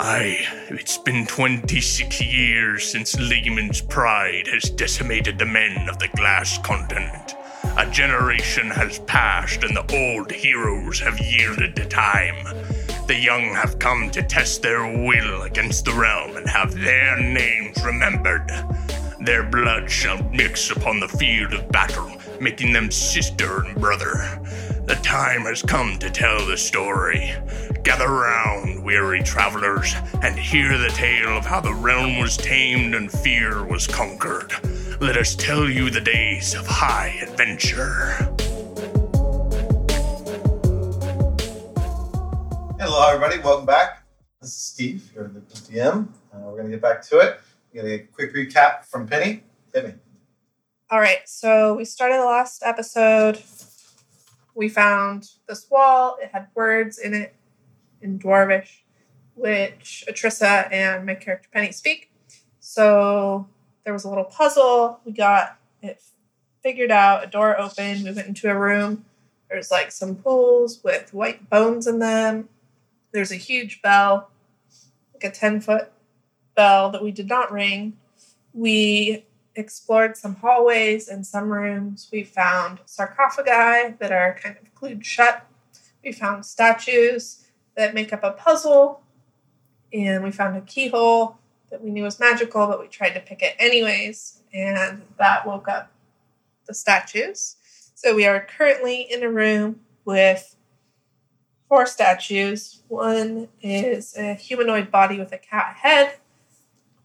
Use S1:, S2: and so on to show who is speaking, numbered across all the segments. S1: Aye, it's been 26 years since Lehman's pride has decimated the men of the glass continent. A generation has passed and the old heroes have yielded to time. The young have come to test their will against the realm and have their names remembered. Their blood shall mix upon the field of battle, making them sister and brother. The time has come to tell the story. Gather round, weary travelers, and hear the tale of how the realm was tamed and fear was conquered. Let us tell you the days of high adventure.
S2: Hello, everybody. Welcome back. This is Steve here at the DM. Uh, we're going to get back to it. We're going to get a quick recap from Penny. Penny.
S3: All right, so we started the last episode. We found this wall. It had words in it in Dwarvish, which Atrissa and my character Penny speak. So there was a little puzzle. We got it figured out, a door opened. We went into a room. There's like some pools with white bones in them. There's a huge bell, like a 10 foot bell that we did not ring. We explored some hallways and some rooms. We found sarcophagi that are kind of glued shut. We found statues that make up a puzzle. And we found a keyhole that we knew was magical, but we tried to pick it anyways. And that woke up the statues. So we are currently in a room with four statues. One is a humanoid body with a cat head,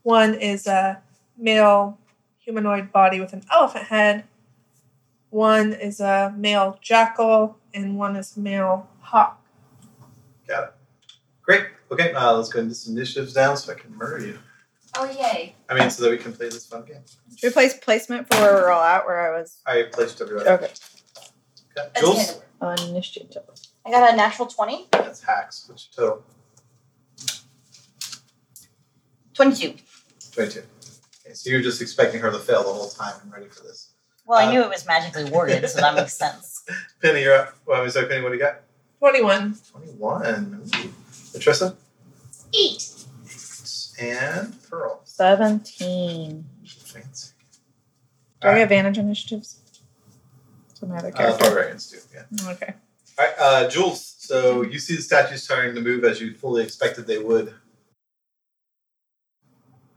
S3: one is a male humanoid body with an elephant head. One is a male jackal, and one is a male hawk.
S2: Got it. Great. Okay, uh, let's go into some initiatives now so I can murder you.
S4: Oh yay!
S2: I mean, so that we can play this fun game.
S5: Should we place placement for where we're all at? Where I was.
S2: I placed everybody.
S5: Okay.
S2: Okay.
S4: That's
S2: Jules?
S4: handwork.
S5: On initiative.
S4: I got a natural twenty.
S2: That's hacks. What's your total?
S4: Twenty-two.
S2: 22. Okay, so you're just expecting her to fail the whole time and ready for this.
S6: Well,
S2: Uh,
S6: I knew it was magically worded, so that makes sense.
S2: Penny, you're up. Well, I mean, sorry, Penny, what do you got?
S3: 21.
S2: 21. Ooh. Patricia
S4: Eight.
S2: and Pearl.
S5: 17.
S2: Fancy.
S5: Do I get advantage on initiatives? To my other
S2: Uh,
S5: character.
S2: barbarians do, yeah.
S5: okay.
S2: All right, uh, Jules. So you see the statues starting to move as you fully expected they would.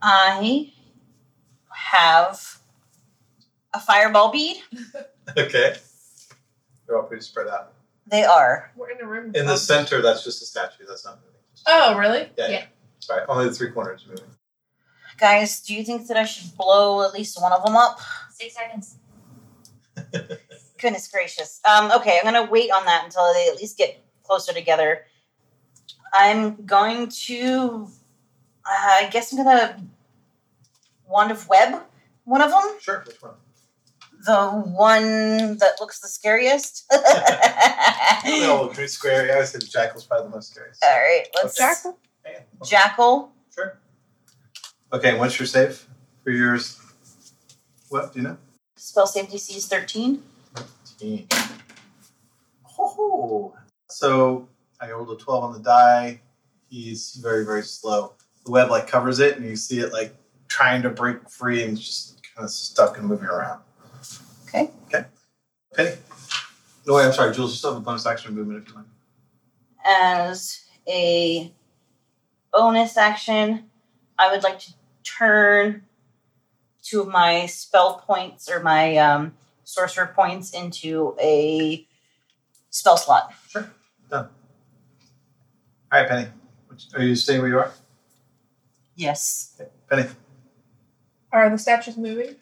S6: I have a fireball bead.
S2: Okay, they're all pretty spread out.
S6: They are.
S3: We're in a room.
S2: In the center, that's just a statue. That's not moving.
S3: Oh, really?
S2: Yeah, yeah.
S4: Yeah.
S2: Sorry, only the three corners are moving.
S6: Guys, do you think that I should blow at least one of them up?
S4: Six seconds.
S6: Goodness gracious. Um, okay, I'm gonna wait on that until they at least get closer together. I'm going to. uh, I guess I'm gonna wand of web one of them.
S2: Sure, which one?
S6: The one that looks the scariest. All
S2: They
S6: right,
S2: all look pretty square. I always say the jackal's probably the most scariest.
S6: Uh, let's
S5: Jackal?
S2: Yeah, okay,
S6: jackal.
S2: Sure. Okay, what's your save for yours? What do you know?
S6: Spell save DC is 13.
S2: Fifteen. Oh. So I rolled a 12 on the die. He's very, very slow. The web like covers it, and you see it like trying to break free and it's just kind of stuck and moving around.
S6: Okay.
S2: Okay. Penny. No, wait, I'm sorry, Jules. You still have a bonus action movement if you like.
S6: As a bonus action, I would like to turn two of my spell points or my um, sorcerer points into a spell slot.
S2: All right, Penny. Which- Are you staying where you are?
S6: Yes.
S2: Penny.
S3: Are the statues moving?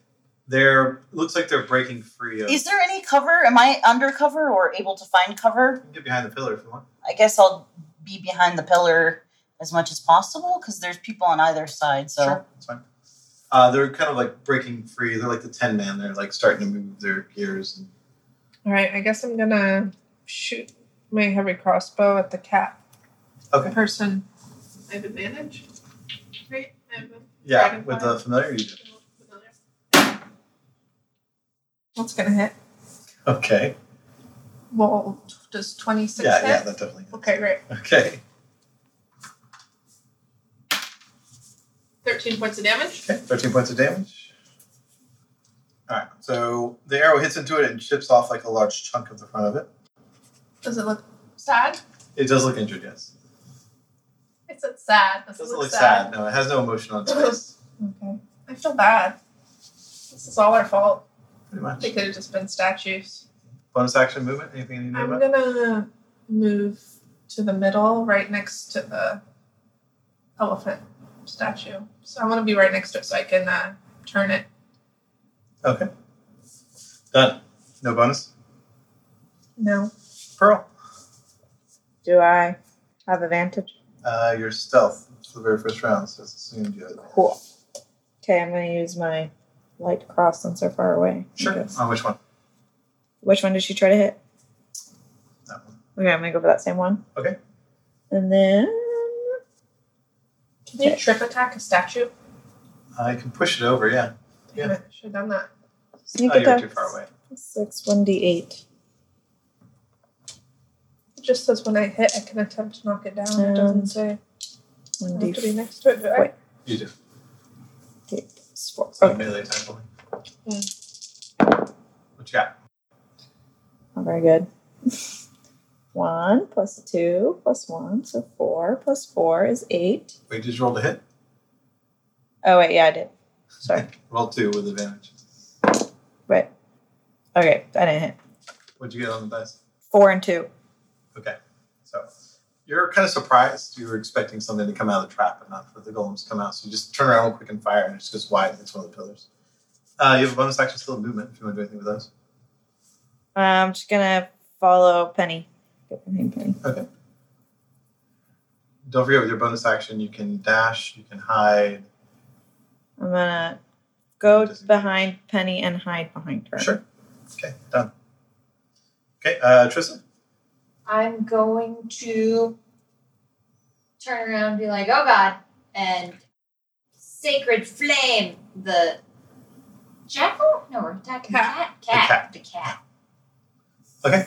S2: They're looks like they're breaking free. Of,
S6: Is there any cover? Am I undercover or able to find cover?
S2: you can get behind the pillar if you want.
S6: I guess I'll be behind the pillar as much as possible because there's people on either side. So
S2: Sure, that's fine. Uh, they're kind of like breaking free. They're like the ten man. They're like starting to move their gears and
S3: All right, I guess I'm gonna shoot my heavy crossbow at the cat
S2: Okay.
S3: person. I have advantage. Right? I have a
S2: Yeah,
S3: Dragonfly.
S2: with the familiarity.
S3: What's gonna hit?
S2: Okay.
S3: Well, t- does 26
S2: yeah,
S3: hit?
S2: yeah, that definitely.
S3: Okay, great.
S2: Okay.
S3: 13 points of damage.
S2: Okay, 13 points of damage. Alright, so the arrow hits into it and chips off like a large chunk of the front of it.
S3: Does it look sad?
S2: It does look injured, yes.
S3: It said sad.
S2: It
S3: Does it
S2: doesn't
S3: look
S2: look
S3: sad?
S2: sad. No, it has no emotion on its face.
S3: Okay. I feel bad. This is all our fault.
S2: Pretty much.
S3: They could have just been statues.
S2: Bonus action movement? Anything you need
S3: I'm
S2: about?
S3: gonna move to the middle, right next to the elephant statue. So I'm gonna be right next to it so I can uh, turn it.
S2: Okay. Done. No bonus.
S3: No.
S2: Pearl.
S5: Do I have advantage?
S2: Uh, your stealth for the very first round, so it's assumed you have advantage.
S5: Cool. Okay, I'm going to use my light cross since they're far away. I
S2: Sure.
S5: guess.
S2: On which one?
S5: Which one did she try to hit?
S2: That one.
S5: Okay, I'm going to go for that same one.
S2: Okay. Oh,
S5: And then.
S3: Can you
S5: Okay.
S3: trip attack a statue?
S2: I can push it over, yeah.
S3: Damn it, I should have done that.
S5: Sneak
S2: oh, you're
S5: attack.
S2: too far away.
S5: Six, 1d8.
S3: It just says when I hit, I can attempt to knock it down. it
S5: Um,
S3: doesn't say I have to be
S5: 1d8.
S3: next to it, do I?
S5: Wait.
S2: You do.
S5: Four.
S2: So
S5: Okay,
S2: melee attack only.
S3: Yeah.
S2: What you got?
S5: not very good. One plus two plus one, so four plus four is eight.
S2: Wait, did you roll to hit?
S5: Oh, wait, yeah, I did. Sorry.
S2: Roll two with advantage.
S5: Wait. Okay, I didn't hit.
S2: What'd you get on the dice?
S5: Four and two.
S2: Okay. So you're kind of surprised. You were expecting something to come out of the trap and not for the golems to come out. So you just turn around real quick and fire, and it's just wide and hits one of the pillars. Uh, you have a bonus action still in movement if you want to do anything with those.
S5: I'm just gonna follow Penny. Go behind Penny.
S2: Don't forget with your bonus action, you can dash, you can hide.
S5: I'm gonna go
S2: Disengage.
S5: behind Penny and hide behind her.
S2: Sure. Okay, done. Okay, uh, Tristan.
S4: I'm going to turn around and be like, oh god, and sacred flame the jackal? No, we're attacking
S3: Cat.
S4: cat.
S2: The
S4: Cat.
S2: cat.
S4: The cat.
S2: Okay,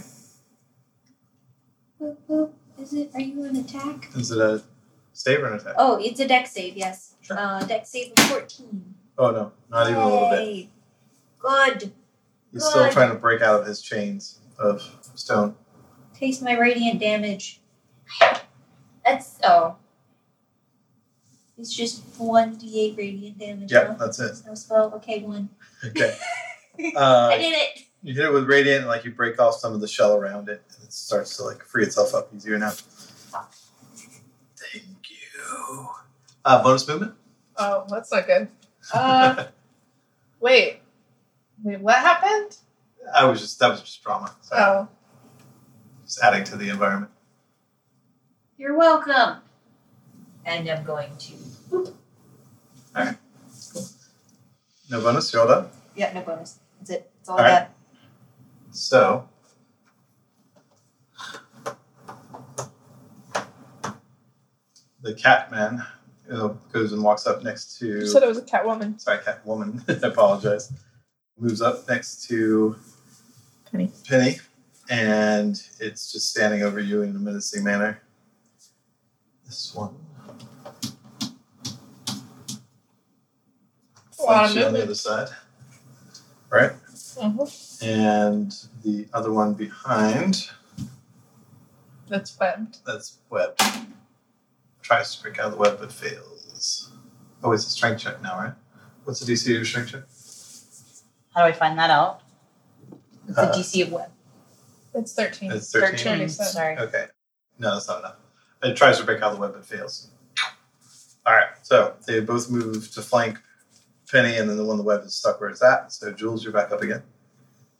S4: Whoop, whoop. Is it? Are you an attack?
S2: is it a save or an attack?
S4: Oh, it's a deck save. Yes.
S2: Sure.
S4: Uh, deck save of fourteen.
S2: Oh no, not even a little bit.
S4: Yay. Good.
S2: He's still
S4: Good.
S2: trying to break out of his chains of stone.
S4: Taste my radiant damage. That's oh. It's just one d8 radiant damage.
S2: Yeah,
S4: huh?
S2: that's it.
S4: There's no spell. Okay, one.
S2: Okay. Uh,
S4: I did it.
S2: You hit it with radiant, and like you break off some of the shell around it, and it starts to like free itself up easier now. Thank you. Uh, bonus movement.
S3: Oh, that's not good.
S4: Uh,
S3: Wait. Wait, what happened?
S2: I was just that was just drama. Sorry.
S3: Oh.
S2: Just adding to the environment.
S4: you're welcome. And I'm going to.
S2: No bonus. You're all done.
S4: Yeah, no bonus. That's it. It's all,
S2: All right.
S4: that.
S2: So. The cat man uh, goes and walks up next to.
S3: You said it was a cat woman.
S2: sorry, cat woman. I apologize. Moves up next to
S5: Penny.
S2: Penny, and it's just standing over you in a menacing manner. This one.
S3: A lot of
S2: Flanks you on the
S3: movement.
S2: other side. Right?
S3: Mhm.
S2: And the other one behind,
S3: That's webbed.
S2: that's webbed. Tries to break out of the web but fails. Oh, it's a strength check now, right? What's the DC of your strength check?
S6: How do I find that out? It's
S2: Uh,
S6: a DC of what?
S3: It's 13.
S2: It's 13.
S6: 13.
S3: Thirteen.
S6: Sorry.
S2: Okay. No, that's not enough. It tries to break out the web, but fails. All right. So they both move to flank Penny, and then the one the web is stuck where it's at. So Jules, you're back up again.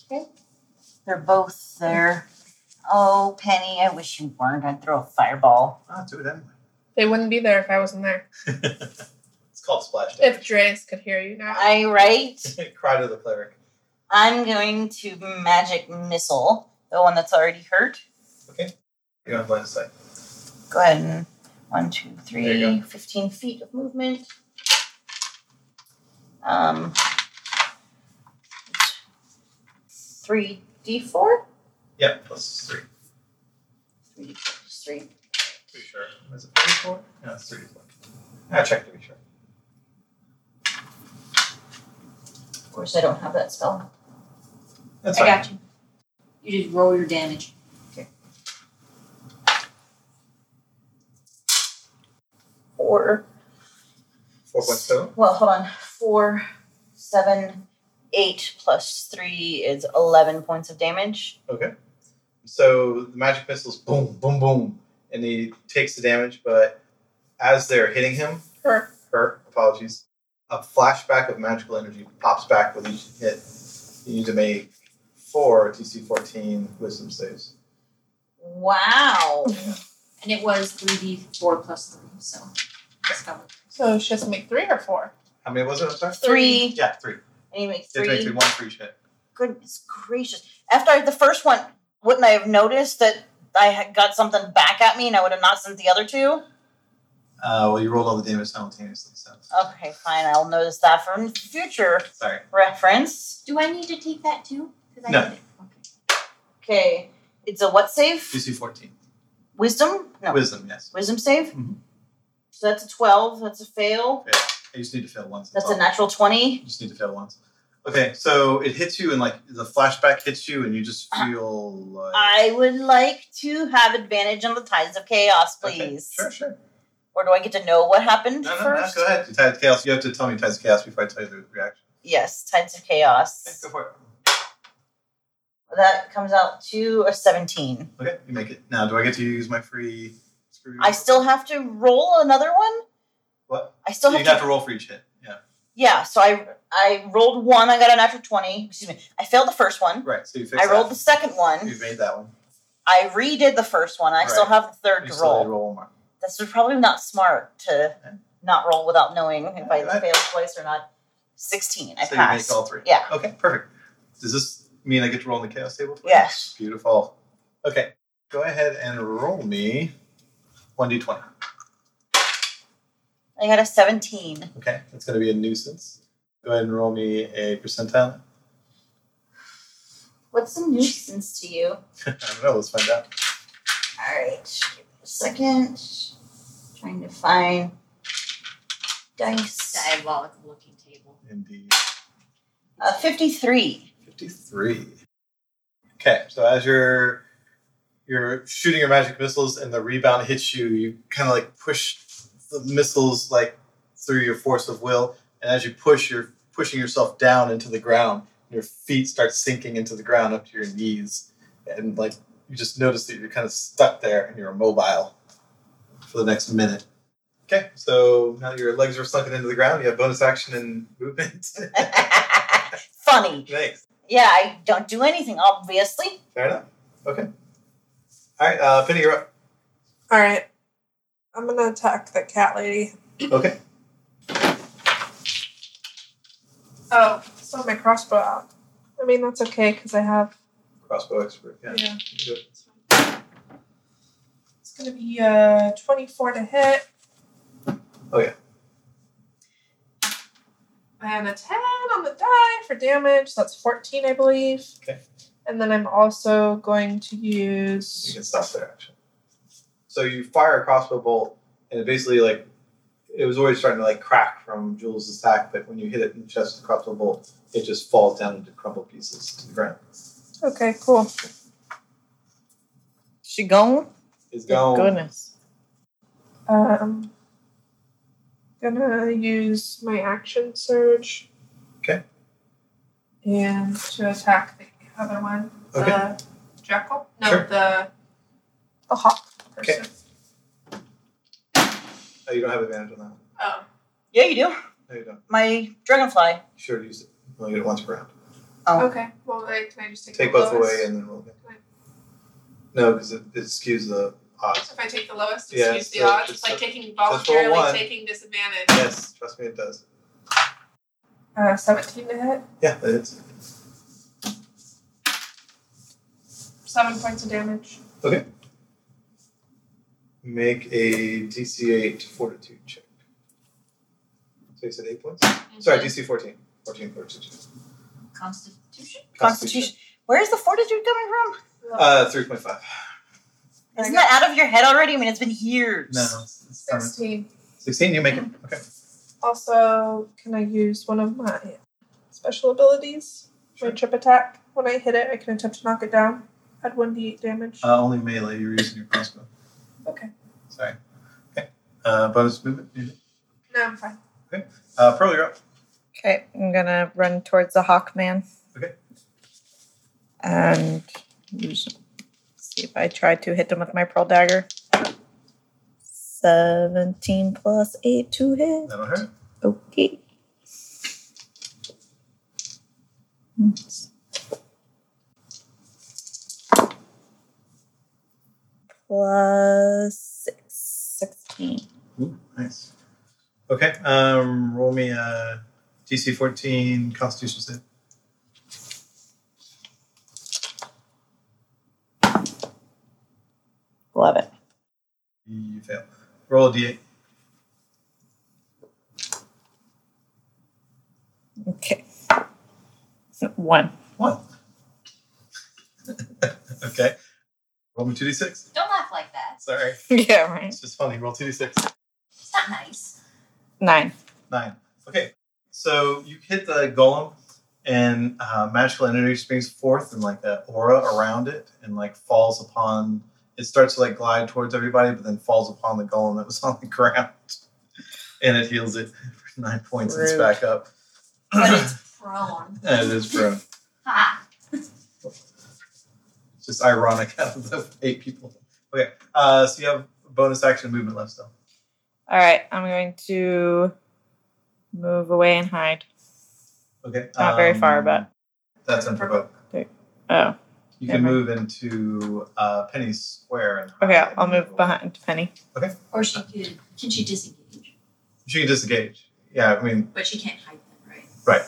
S6: They're both there. Oh, Penny, I wish you weren't. I'd throw a fireball.
S2: Ah, do it anyway.
S3: They wouldn't be there if I wasn't there.
S2: it's called splash
S3: If
S2: damage.
S3: Dreas could hear you now.
S6: I right.
S2: Cry to the cleric.
S6: I'm going to magic missile the one that's already hurt.
S2: You have line of sight.
S6: Go ahead and one, two,
S2: There you
S6: three, 15 feet of movement. Um, three D four.
S2: Yep, plus three.
S6: Three D four is three.
S2: Pretty sure. Is it 34? No, it's 34. I'll check to be sure.
S4: course, I don't have that spell.
S2: That's
S4: I
S2: fine.
S4: got you. You just roll your damage.
S6: Four.
S2: Four point seven.
S6: Well, hold on. Four, seven, eight plus three is 11 points of damage.
S2: Okay. So the magic missiles, boom, boom, boom, and he takes the damage. But as they're hitting him,
S3: Her.
S2: her apologies, a flashback of magical energy pops back with each hit. You need to make four DC fourteen wisdom saves.
S6: Wow.
S4: And it was 3d4 plus 3, so that's how it-
S3: So she has to make three or four.
S2: How many was it? I'm sorry.
S6: Three.
S2: Yeah, three.
S6: And you make
S2: Did make
S6: three.
S2: three, one for each hit.
S6: Goodness gracious. After the first one, wouldn't I have noticed that I had got something back at me and I would have not sent the other two?
S2: Uh, well, you rolled all the damage simultaneously, so
S6: Okay, fine. I'll notice that for future
S2: sorry.
S6: reference.
S4: Do I need to take that too? 'Cause I
S2: No.
S4: did it. Okay.
S6: Okay. It's a what save?
S2: DC fourteen.
S6: Wisdom? No.
S2: Wisdom, yes.
S6: Wisdom save?
S2: Mhm.
S6: So that's a 12. That's a fail.
S2: You just need to fail once.
S6: That's
S2: all.
S6: a natural 20.
S2: You just need to fail once. Okay, so it hits you, and like the flashback hits you, and you just feel like.
S6: Ah. I would like to have advantage on the Tides of Chaos,
S2: Okay,
S6: please.
S2: Sure, sure.
S6: Or do I get to know what happened
S2: No, no, no,
S6: first?
S2: go ahead. You tied chaos. You have to tell me tides chaos before I tell you the reaction.
S6: Yes, Tides of
S2: Okay,
S6: Chaos.
S2: go for it.
S6: That comes out to a 17.
S2: Okay, you make it. Now, do I get to use my free screw?
S6: I still have to roll another one?
S2: What?
S6: I still
S2: you
S6: have
S2: have
S6: to.
S2: to, roll for each hit. Yeah.
S6: Yeah, so I I rolled one, I got a natural 20. Excuse me. I failed the first one.
S2: Right. So you fixed.
S6: I
S2: that.
S6: rolled the second one.
S2: You made that one.
S6: I redid the first one. I still
S2: Right.
S6: have the third
S2: You
S6: to
S2: still
S6: roll.
S2: need to roll one more.
S6: That's probably not smart to
S2: Yeah.
S6: not roll without knowing if I
S2: Yeah, I-
S6: failed twice or not. 16. I
S2: so
S6: passed.
S2: you make all three.
S6: Yeah.
S2: Okay, perfect. Does this mean I get to roll on the chaos table? for you?
S6: Yes.
S2: Beautiful. Okay, go ahead and roll me one d twenty.
S6: I got a 17.
S2: Okay, that's going to be a nuisance. Go ahead and roll me a percentile.
S6: What's a nuisance to you?
S2: I don't know. Let's find out.
S6: All right, give me a second. Trying to find dice.
S4: Diabolic looking table.
S2: Indeed.
S6: Uh, 53.
S2: 53. Okay, so as you're you're shooting your magic missiles and the rebound hits you, you kind of like push the missiles like through your force of will, and as you push, you're pushing yourself down into the ground. Your feet start sinking into the ground up to your knees, and like you just notice that you're kind of stuck there and you're immobile for the next minute. Okay, so now your legs are sunken into the ground. You have bonus action and movement.
S6: Funny.
S2: Thanks.
S6: Yeah, I don't do anything, obviously.
S2: Fair enough. Okay. All right, uh, Penny, you're up.
S3: All right. I'm going to attack the cat lady.
S2: Okay.
S3: Oh, so my crossbow out. I mean, that's okay because I have.
S2: Crossbow expert. Yeah.
S3: yeah.
S2: you do it.
S3: It's going to be uh, 24 to hit.
S2: Oh, yeah.
S3: And a 10 on the die for damage. That's 14, I believe.
S2: Okay.
S3: And then I'm also going to
S2: You
S3: use.
S2: can stop there, actually. So you fire a crossbow bolt, and it basically like it was always starting to like crack from Jules' attack, but when you hit it in the chest with the crossbow bolt, it just falls down into crumpled pieces to the ground.
S3: Okay, cool.
S6: She gone?
S2: It's gone.
S5: Goodness.
S3: Um, gonna use my action surge.
S2: Okay.
S3: And to attack the other one, the jackal. No,
S2: Sure.
S3: the the hawk person.
S2: Oh, you don't have advantage on that. one.
S3: Oh,
S6: Yeah, you do.
S2: No, you don't.
S6: My dragonfly.
S2: You should use it. You only get it once per round.
S3: okay. Well, wait, can I just take,
S2: Take
S3: the
S2: both
S3: lowest?
S2: away, and then roll again. No, because it, it skews the odds.
S3: So if I take the lowest,
S2: Yeah,
S3: excuse the
S2: so
S3: odds. It's
S2: it's
S3: like
S2: a-
S3: taking
S2: roll one.
S3: voluntarily taking disadvantage.
S2: Yes, trust me, it does.
S3: Uh, seventeen to hit.
S2: Yeah, that hits.
S3: Seven points of damage.
S2: Make a DC 8 fortitude check. So you said 8 points? Sorry, DC 14. 14 fortitude.
S4: Constitution?
S6: Constitution. Where is the fortitude coming from?
S2: Uh, 3.5.
S3: I
S6: Isn't
S3: got-
S6: that out of your head already? I mean, it's been years.
S3: Sixteen.
S2: 16, you make it. Okay.
S3: Also, can I use one of my special abilities. My trip attack. When I hit it, I can attempt to knock it down. Add 1d8 damage.
S2: Uh, only melee. You're using your crossbow.
S3: okay.
S2: Sorry. Okay. Uh, bonus movement. you-
S3: No, I'm fine.
S2: Uh, Pearl, you're up.
S5: Okay, I'm gonna run towards the hawk man.
S2: Okay.
S5: And use- see if I try to hit him with my pearl dagger. Seventeen plus eight to hit.
S2: That'll hurt.
S5: Okay. Plus six, 16.
S2: Ooh, nice. Okay. Um, roll me a DC 14 Constitution save.
S5: Love it.
S2: You fail. Roll a D8.
S5: Okay. One.
S2: One. okay. Roll me 2d6.
S4: Don't laugh like that.
S2: Sorry.
S5: Yeah, right.
S2: It's just funny. Roll 2d6.
S4: It's not nice.
S5: Nine.
S2: Nine. Okay. So you hit the golem, and uh, magical energy springs forth, and like an aura around it, and like falls upon. It starts to like glide towards everybody, but then falls upon the golem that was on the ground, and it heals it for nine points. and It's
S5: Rude.
S2: back up.
S4: But it's prone.
S2: and it is prone.
S4: Ha!
S2: It's just ironic out of the eight people. Okay. Uh, so you have bonus action movement left still.
S5: All right, I'm going to move away and hide.
S2: Okay. um,
S5: Not very far, but-
S2: that's unprovoked.
S5: Oh,
S2: You can
S5: Never.
S2: move into uh, Penny Square. And
S5: okay,
S2: hide
S5: I'll
S2: and
S5: move
S2: away.
S5: behind Penny.
S4: Or she could. Can she disengage?
S2: She can disengage. Yeah, I mean,
S4: But she can't hide them, right?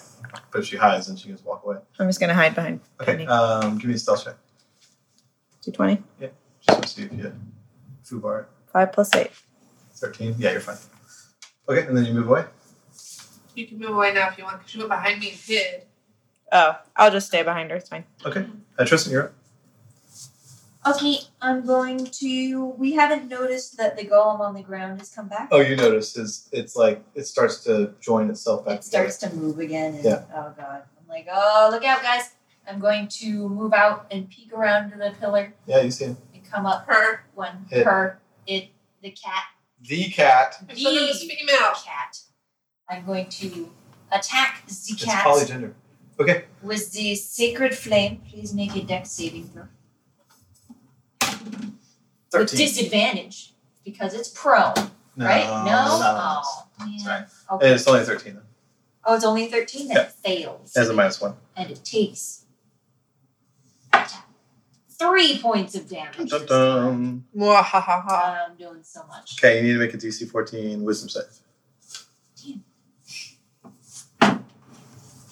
S2: but if she hides and she can just walk away.
S5: I'm just going to hide behind
S2: Okay,
S5: Penny.
S2: um, give me a stealth check.
S5: 220.
S2: Just to see if you foobar it.
S5: 5 plus 8.
S2: 13. Yeah, you're fine. Okay, and then you move away.
S3: You can move away now if you want because you went behind me and hid.
S5: Oh, I'll just stay behind her. It's fine.
S2: Okay, uh, Tristan, you're up.
S4: Okay, I'm going to. We haven't noticed that the golem on the ground has come back.
S2: Oh, you notice is it's like it starts to join itself back.
S4: It starts to move again. And,
S2: Yeah.
S4: Oh god. I'm like, oh look out, guys! I'm going to move out and peek around to the pillar
S2: together. Yeah, you see him.
S4: and come up
S3: Her.
S4: when
S2: It.
S4: her, it, the cat,
S2: The cat.
S3: I said it was
S4: the
S3: female.
S4: cat. I'm going to attack the
S2: It's
S4: cat
S2: polygender. Okay,
S4: with the sacred flame. Please make a dex saving throw. With
S2: 13.
S4: disadvantage because it's prone,
S2: no,
S4: right? No.
S2: no.
S4: Oh, man.
S2: Sorry.
S4: Okay.
S2: It's only 13. Then.
S4: Oh, it's only 13 that
S2: Yeah.
S4: fails.
S2: It has a minus one.
S4: and it takes three points of damage.
S2: Dun, dun.
S3: Mwahahaha.
S4: I'm doing so much.
S2: Okay, you need to make a DC 14 wisdom save.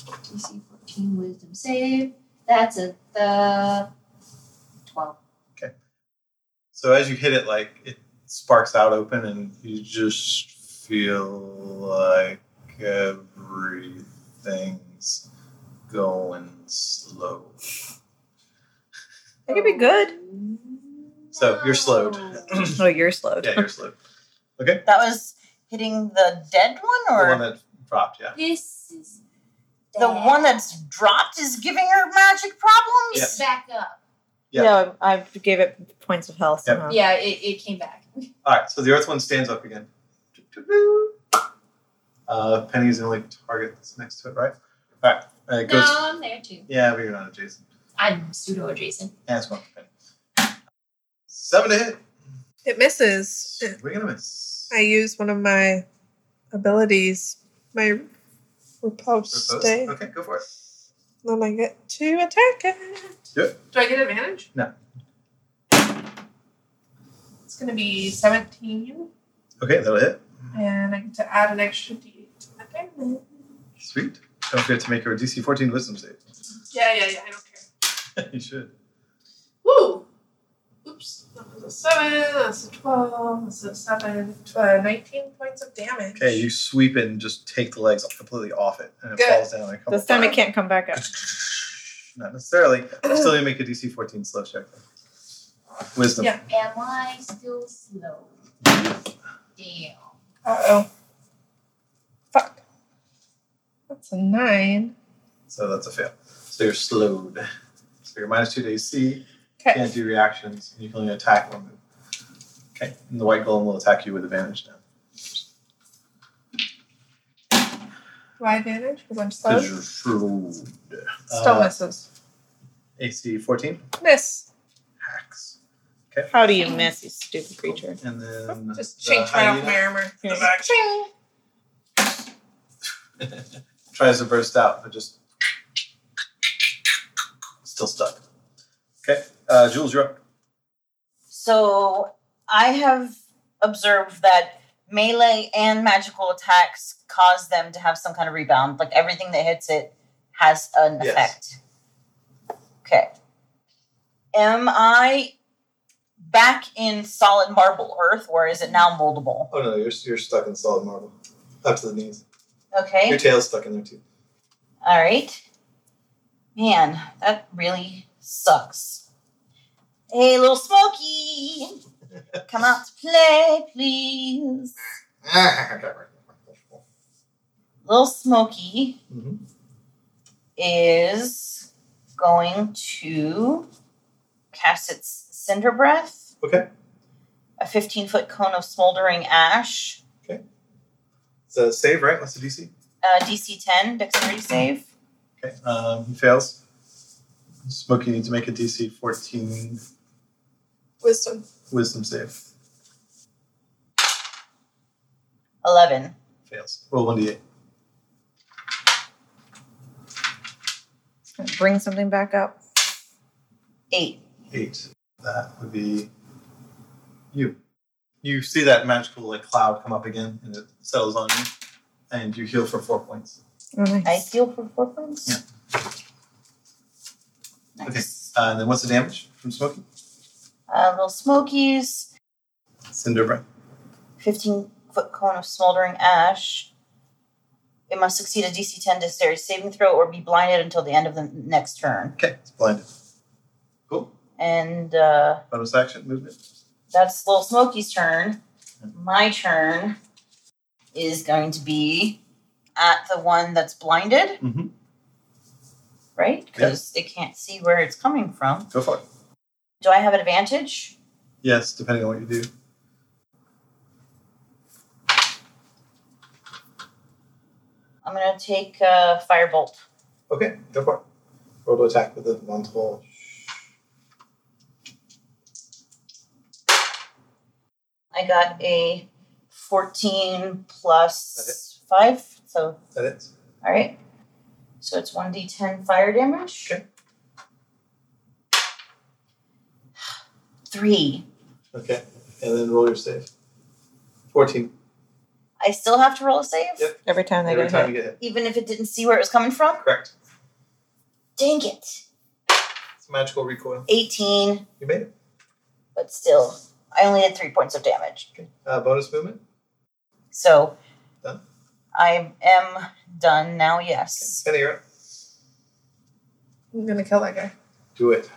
S4: DC 14 wisdom save. That's a the 12.
S2: So as you hit it, like it sparks out open, and you just feel like everything's going slow.
S5: That could be good.
S2: So, you're slowed.
S4: No.
S5: Oh, you're slowed.
S2: Yeah, you're slow.
S6: That was hitting the dead
S2: The
S6: one, or
S2: one that dropped, yeah.
S4: this is
S6: the
S4: bad.
S6: one that's dropped is giving her magic problems.
S2: Yes.
S4: back up.
S2: Yeah.
S5: No, I I gave it points of health
S2: Yep.
S5: somehow.
S4: Yeah, it, it came back.
S2: All right, so the Earth one stands up again. Uh, Penny's the only target that's next to it, right? All right, uh, it
S4: No,
S2: goes.
S4: I'm there too.
S2: Yeah, but you're not adjacent.
S4: I'm pseudo adjacent.
S2: Yeah, it's one for Penny. Seven to hit.
S3: It misses.
S2: We're gonna miss.
S3: I use one of my abilities, my repulse
S2: Propose?
S3: stay.
S2: Okay, go for it.
S3: Then I get to attack it.
S2: Do it.
S3: Do I get advantage?
S2: No.
S3: It's gonna be 17,
S2: Okay, that'll hit.
S3: and I get to add an extra d8 to my damage.
S2: Sweet. Don't forget to make your DC 14 wisdom save.
S3: Yeah, yeah, yeah, I don't care.
S2: you should.
S3: Woo! Oops, that was a 7, that's a 12, that's a 7, tw- uh, 19 points of damage.
S2: Okay, you sweep it and just take the legs completely off it, and it
S3: Good.
S2: falls down like a couple
S5: This time it
S2: times.
S5: can't come back up.
S2: Not necessarily. You still need to make a DC 14 slow check. Wisdom.
S3: Yeah.
S4: Am I still slow? Damn.
S3: Uh oh. Fuck. That's a 9.
S2: So that's a fail. So you're slowed. So you're minus two to AC.
S3: Okay.
S2: Can't do reactions. You can only attack one move. Okay. And the white golem will attack you with advantage now.
S3: Do I advantage? Because I'm slow.
S2: Because you're slowed.
S3: Still
S2: Uh,
S3: misses.
S2: AC 14.
S3: Miss.
S2: Hacks.
S5: How do you miss, you stupid creature?
S2: And then
S3: Just
S2: the
S3: change right off my
S2: hyena
S3: armor.
S5: Here.
S3: Ching.
S2: tries to burst out, but just still stuck. Okay. Uh, Jules, you're up.
S6: So I have observed that melee and magical attacks cause them to have some kind of rebound. Like everything that hits it has an
S2: Yes.
S6: effect. Okay. Am I back in solid marble earth or is it now moldable?
S2: Oh no, you're, you're stuck in solid marble. Up to the knees. Your
S6: Okay.
S2: tail's stuck in there too.
S6: All right. Man, that really sucks. Hey, little Smokey, come out to play, please. Little Smokey
S2: Mhm.
S6: is going to cast its cinder breath.
S2: Okay.
S6: A 15 foot cone of smoldering ash.
S2: It's a save, right? That's a DC.
S6: Uh, DC 10 dexterity save.
S2: Okay. Um, he fails. Smokey needs to make a DC 14
S3: Wisdom.
S2: wisdom save.
S6: 11.
S2: Fails. Roll 1d8.
S5: Bring something back up.
S6: 8.
S2: 8. That would be you. You see that magical like cloud come up again and it settles on you. And you heal for four points.
S5: Oh,
S6: I
S5: nice.
S6: heal for 4 points. Nice.
S2: Uh, and then what's the damage from Smokey?
S6: Uh, little Smokies.
S2: Cinder breath.
S6: 15 foot cone of smoldering ash. It must succeed a DC 10 dexterity saving throw or be blinded until the end of the next turn.
S2: Okay, it's blinded. Cool.
S6: And uh,
S2: Bonus action, movement.
S6: That's Little Smokey's turn. My turn is going to be at the one that's blinded,
S2: Mm-hmm.
S6: right? Because it can't see where it's coming from.
S2: Go for it.
S6: Do I have an advantage?
S2: Yes, depending on what you do.
S6: I'm going to take uh, Firebolt.
S2: Okay, go for it. Roll to attack with advantage.
S6: I got a 14 plus 5. So,
S2: That is.
S6: all right. So it's 1d10 fire damage.
S2: Okay.
S6: Three.
S2: Okay, and then roll your save. 14.
S6: I still have to roll a save,
S2: Yep.
S5: Every time they
S2: Every
S5: get
S2: time
S5: hit.
S2: you get hit.
S6: even if it didn't see where it was coming from.
S2: Correct.
S6: Dang it.
S2: It's magical recoil.
S6: 18,
S2: You made it.
S6: but still, I only did three points of damage.
S2: Uh, bonus movement.
S6: So
S2: Done.
S6: I am done now, yes.
S2: Spinny, you're up.
S3: I'm gonna kill that guy.
S2: Do it.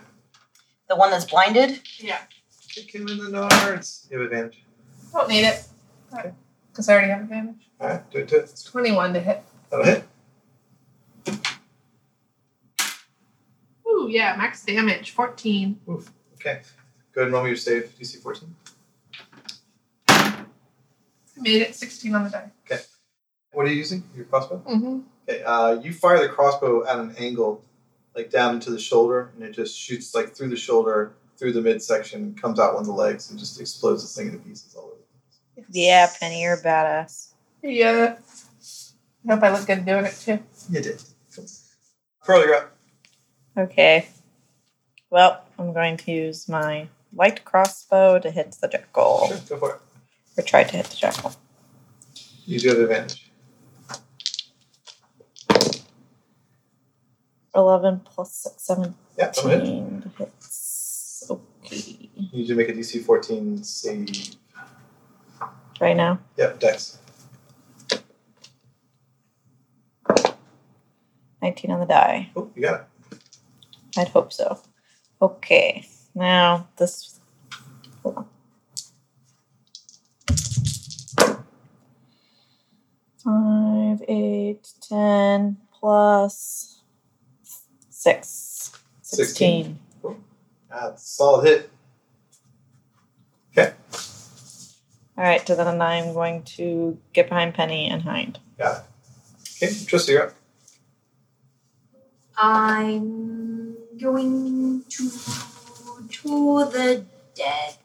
S6: The one that's blinded,
S2: Kick him in the nards. You have advantage.
S3: Don't need it.
S2: Okay.
S3: Because I already have advantage.
S2: All right, do it, do it.
S3: It's 21 to hit.
S2: That'll hit.
S3: Ooh, yeah, max damage. 14.
S2: Okay. Go ahead and roll me your save, DC 14.
S3: I made it 16 on the die.
S2: What are you using? Your crossbow?
S3: Mm-hmm.
S2: Okay, uh, you fire the crossbow at an angle, like down into the shoulder, and it just shoots like through the shoulder, through the midsection, and comes out one of the legs and just explodes this thing into pieces all over.
S5: Yeah, Penny, you're a badass.
S3: Yeah. I hope I look good doing it too.
S2: You did. Pearl, you're up.
S5: Okay. Well, I'm going to use my light crossbow to hit the jackal.
S2: Sure, go for it.
S5: Or try to hit the jackal.
S2: You do have advantage.
S5: 11 plus 6,
S2: Oh,
S5: 17
S2: Yeah, go ahead.
S5: hits. Okay.
S2: You need to make a DC 14 save.
S5: Right now.
S2: Yep, dex.
S5: 19 on the die.
S2: Oh, you got it.
S5: I'd hope so. Okay. Now this. Hold on. Five, eight, ten plus Six. Sixteen.
S2: That's a solid hit.
S5: All right, to the nine, I'm going to get behind Penny and Hind.
S2: Got it. Okay, Trista, you're up.
S4: I'm going to to the dead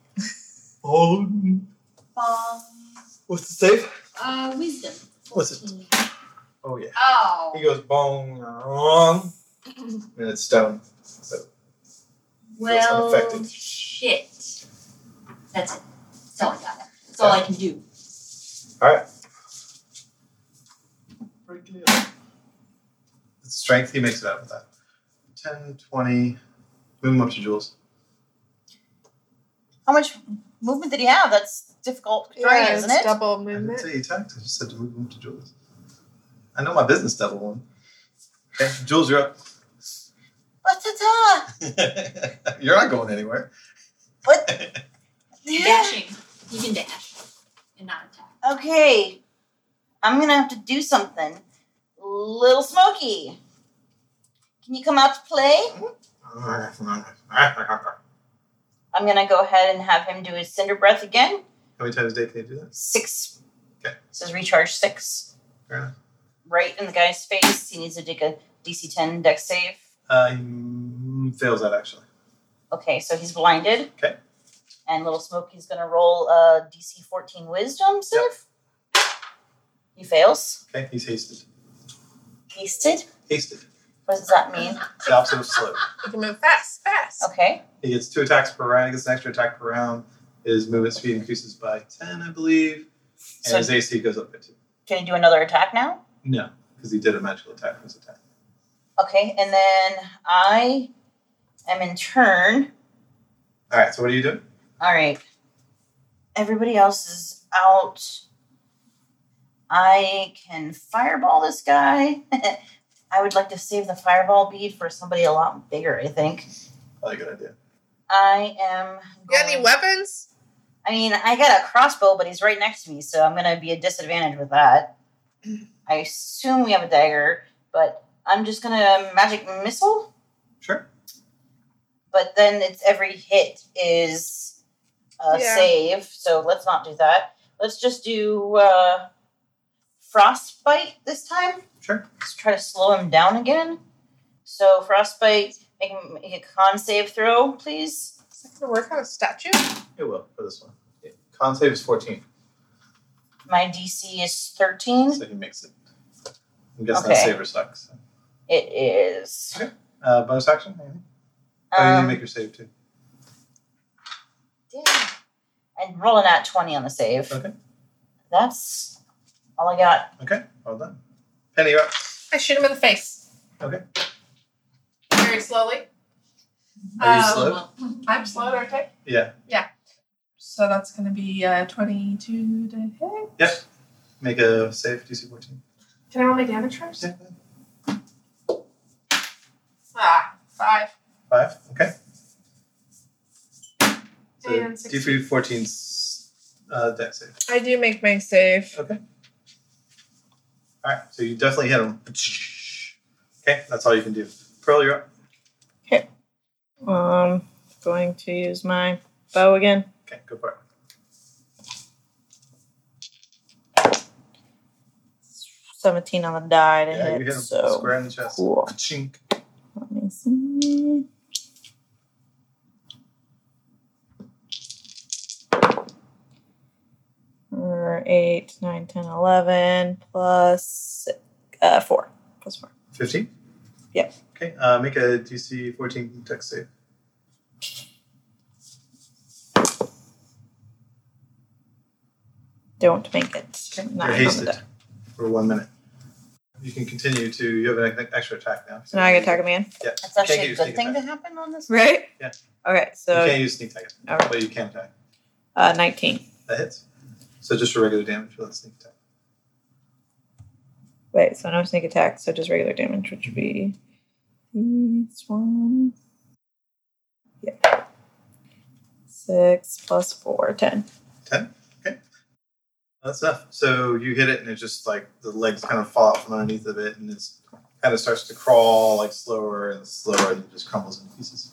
S2: Oh,
S4: bomb.
S2: what's the save?
S4: Uh, wisdom.
S2: What's it?
S4: 14.
S2: Oh, yeah.
S4: Oh.
S2: He goes bong, wrong. And it's stone. So
S4: Well,
S2: unaffected.
S4: shit. That's it. That's all I got. That's all I can do.
S2: Break it up. It's strength, he makes it up with that. 10, 20. Move him up to Jules.
S6: How much movement did he have? That's difficult terrain,
S3: Yeah,
S6: isn't
S3: it's
S6: it?
S3: double
S2: I didn't
S3: movement.
S2: say he attacked, I just said to move him up to Jules. I know my business double one. Okay, Jules, you're up.
S6: Ba-ta-ta!
S2: you're not going anywhere.
S6: Yeah.
S4: Dashing. You can dash and not attack.
S6: Okay. I'm gonna have to do something. Little Smoky, can you come out to play?
S2: How
S6: I'm gonna go ahead and have him do his Cinder Breath again.
S2: many times a day can you do that?
S6: Six.
S2: Okay.
S6: It says recharge six.
S2: Fair enough.
S6: Right in the guy's face. He needs to take a DC 10 deck save.
S2: Uh, he mm, fails that actually.
S6: Okay, so he's blinded.
S2: Okay.
S6: And Little Smokey's gonna roll a DC 14 Wisdom save. He fails.
S2: Okay, he's hasted.
S6: Hasted.
S2: Hasted.
S6: What does that mean?
S2: It's the opposite of slow.
S3: You can move fast, fast.
S6: Okay.
S2: He gets two attacks per round. He gets an extra attack per round. His movement speed increases by 10, I believe. And
S6: So
S2: his AC goes up by 2.
S6: can he do another attack now?
S2: No, because he did a magical attack for his attack.
S6: Okay, and then I am in turn.
S2: All right, so what are you doing?
S6: All right. Everybody else is out. I can fireball this guy. I would like to save the fireball bead for somebody a lot bigger, I think.
S2: Probably a good idea.
S6: I am.
S3: You got
S6: going-
S3: any weapons?
S6: I mean, I got a crossbow, but he's right next to me, so I'm going to be a disadvantage with that. I assume we have a dagger, but I'm just going to magic missile.
S2: Sure.
S6: But then it's every hit is a
S3: Yeah.
S6: save, so let's not do that. Let's just do uh, frostbite this time.
S2: Sure.
S6: Let's try to slow him down again. So frostbite, make, him- make a con save throw, please.
S3: Is that gonna work on a statue?
S2: It will for this one. Yeah. Con save is 14,
S6: My DC is thirteen.
S2: so he makes it. I'm guessing that
S6: Okay.
S2: saver sucks.
S6: It is.
S2: Uh, bonus action? Maybe. oh, you need to make
S6: Um,
S2: your save too.
S6: damn. and rolling at 20 on the save.
S2: Okay.
S6: That's all I got.
S2: Okay, well done. Penny, you're up.
S3: I shoot him in the face.
S2: Okay.
S3: Very slowly.
S2: Are you
S3: Um,
S2: slow?
S3: I'm slow, aren't I?
S2: Yeah.
S3: So that's gonna be uh, 22 to hit.
S2: Yep. Make a save, DC 14.
S3: Can I roll my damage first?
S2: Yeah.
S3: Ah, five.
S2: Five. Okay. So
S3: And six.
S2: DC 14's uh, deck save.
S3: I do make my save.
S2: All right, so you definitely hit him. Okay, that's all you can do. Pearl, you're up.
S5: Um, going to use my bow again.
S2: Okay, go for it.
S5: Seventeen on the die to
S2: Yeah, you
S5: hit.
S2: hit him
S5: so
S2: square in the chest.
S5: cool.
S2: Ka-chink.
S5: Let me see. Or 8, 9, 10, 11, plus uh, 4. Plus 4.
S2: 15?
S5: Yep.
S2: Okay, uh, make a DC 14 deck save.
S5: Don't make it.
S2: You're
S5: Nine on the
S2: hasted
S5: die.
S2: for one minute. You can continue to, you have an ex- extra attack now.
S5: So now I can attack him again.
S2: Yeah.
S6: That's
S2: you can't
S6: actually a
S2: use
S6: good
S2: sneak
S6: thing to
S2: attack.
S6: happen on this.
S5: Right?
S2: Yeah.
S5: Okay,
S2: you
S5: so
S2: can't use sneak attack,
S5: all right,
S2: but you can attack.
S5: uh, 19.
S2: That hits. So just for regular damage without sneak attack.
S5: Wait, so no sneak attack, so just regular damage, which would be this one. Yeah. Six plus four, ten.
S2: That's enough. So you hit it, and it just like the legs kind of fall out from underneath of it, and it's kind of starts to crawl like slower and slower and just crumbles into pieces.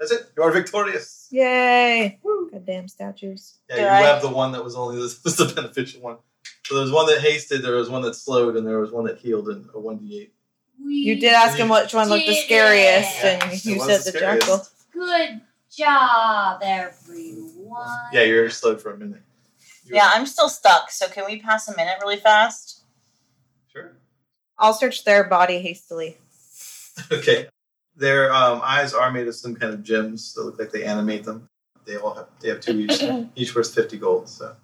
S2: That's it. You are victorious.
S5: Yay! Goddamn statues.
S2: Yeah,
S6: Do
S2: you
S6: I-
S2: grabbed the one that was only this was the beneficial one. So there was one that hasted, there was one that slowed, and there was one that healed, and a one d eight.
S5: You did ask him which one looked the scariest,
S2: Yeah,
S5: and
S2: it
S5: you
S2: was
S5: said
S2: the
S5: the jackal.
S4: Good job, everyone.
S2: Yeah, you're slowed for a minute. You're-
S6: Yeah, I'm still stuck. So can we pass a minute really fast?
S2: sure.
S5: I'll search their body hastily.
S2: Okay. Their um, eyes are made of some kind of gems that look like they animate them. They all have they have two each, each worth fifty gold. So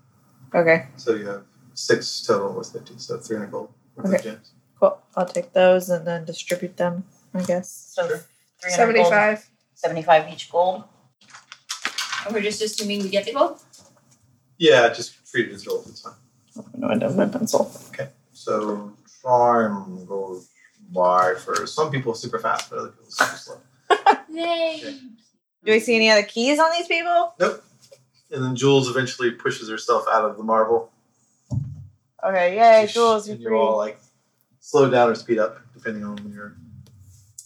S5: Okay,
S2: so you have six total worth fifty, so three hundred gold worth of
S5: Okay.
S2: gems.
S5: cool. I'll take those and then distribute them, I guess.
S6: So
S2: Sure.
S6: 300 gold,
S3: 75.
S6: 75 each gold.
S4: And we're just assuming we get the gold.
S2: Yeah, just treat it as gold. It's fine.
S5: No, I don't have my pencil.
S2: So charm goes by for some people super fast, but other people super slow.
S4: Yay.
S5: Do we see any other keys on these people?
S2: And then Jules eventually pushes herself out of the marble.
S5: Okay, yay,
S2: Ish,
S5: Jules, you're
S2: and
S5: free.
S2: you all like slow down or speed up depending on when you're.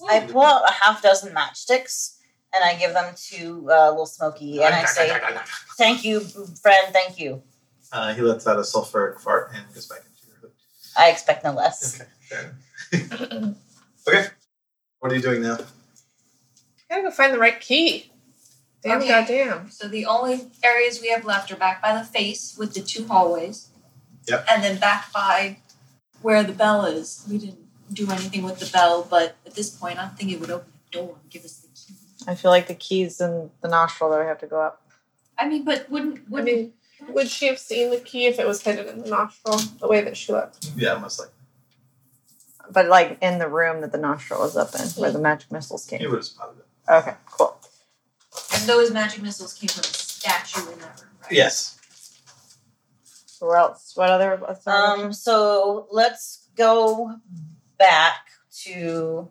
S6: I pull out a half dozen matchsticks and I give them to uh, Little Smoky and I say, Thank you, friend, thank you.
S2: Uh, he lets out a sulfuric fart and goes back into your hood.
S6: I expect no less.
S2: Okay. fair enough. okay. What are you doing now?
S3: Gotta go find the right key. Damn,
S5: Oh,
S4: Okay.
S3: goddamn.
S4: So the only areas we have left are back by the face with the two hallways.
S2: Yep.
S4: And then back by where the bell is. We didn't do anything with the bell, but at this point, I'm thinking it would open the door and give us the key.
S5: I feel like the keys in the nostril that I have to go up.
S4: I mean, but wouldn't
S3: I
S4: wouldn't
S3: mean, would she have seen the key if it was hidden in the nostril, the way that she looked?
S2: Yeah, most likely.
S5: But like in the room that the nostril was up in, where the magic missiles
S2: He
S5: came.
S2: would have spotted it.
S5: Okay, cool.
S4: and those magic missiles came from a statue in that room, right?
S2: Yes.
S5: So where else? What other? what's the other
S6: Um, so let's go back to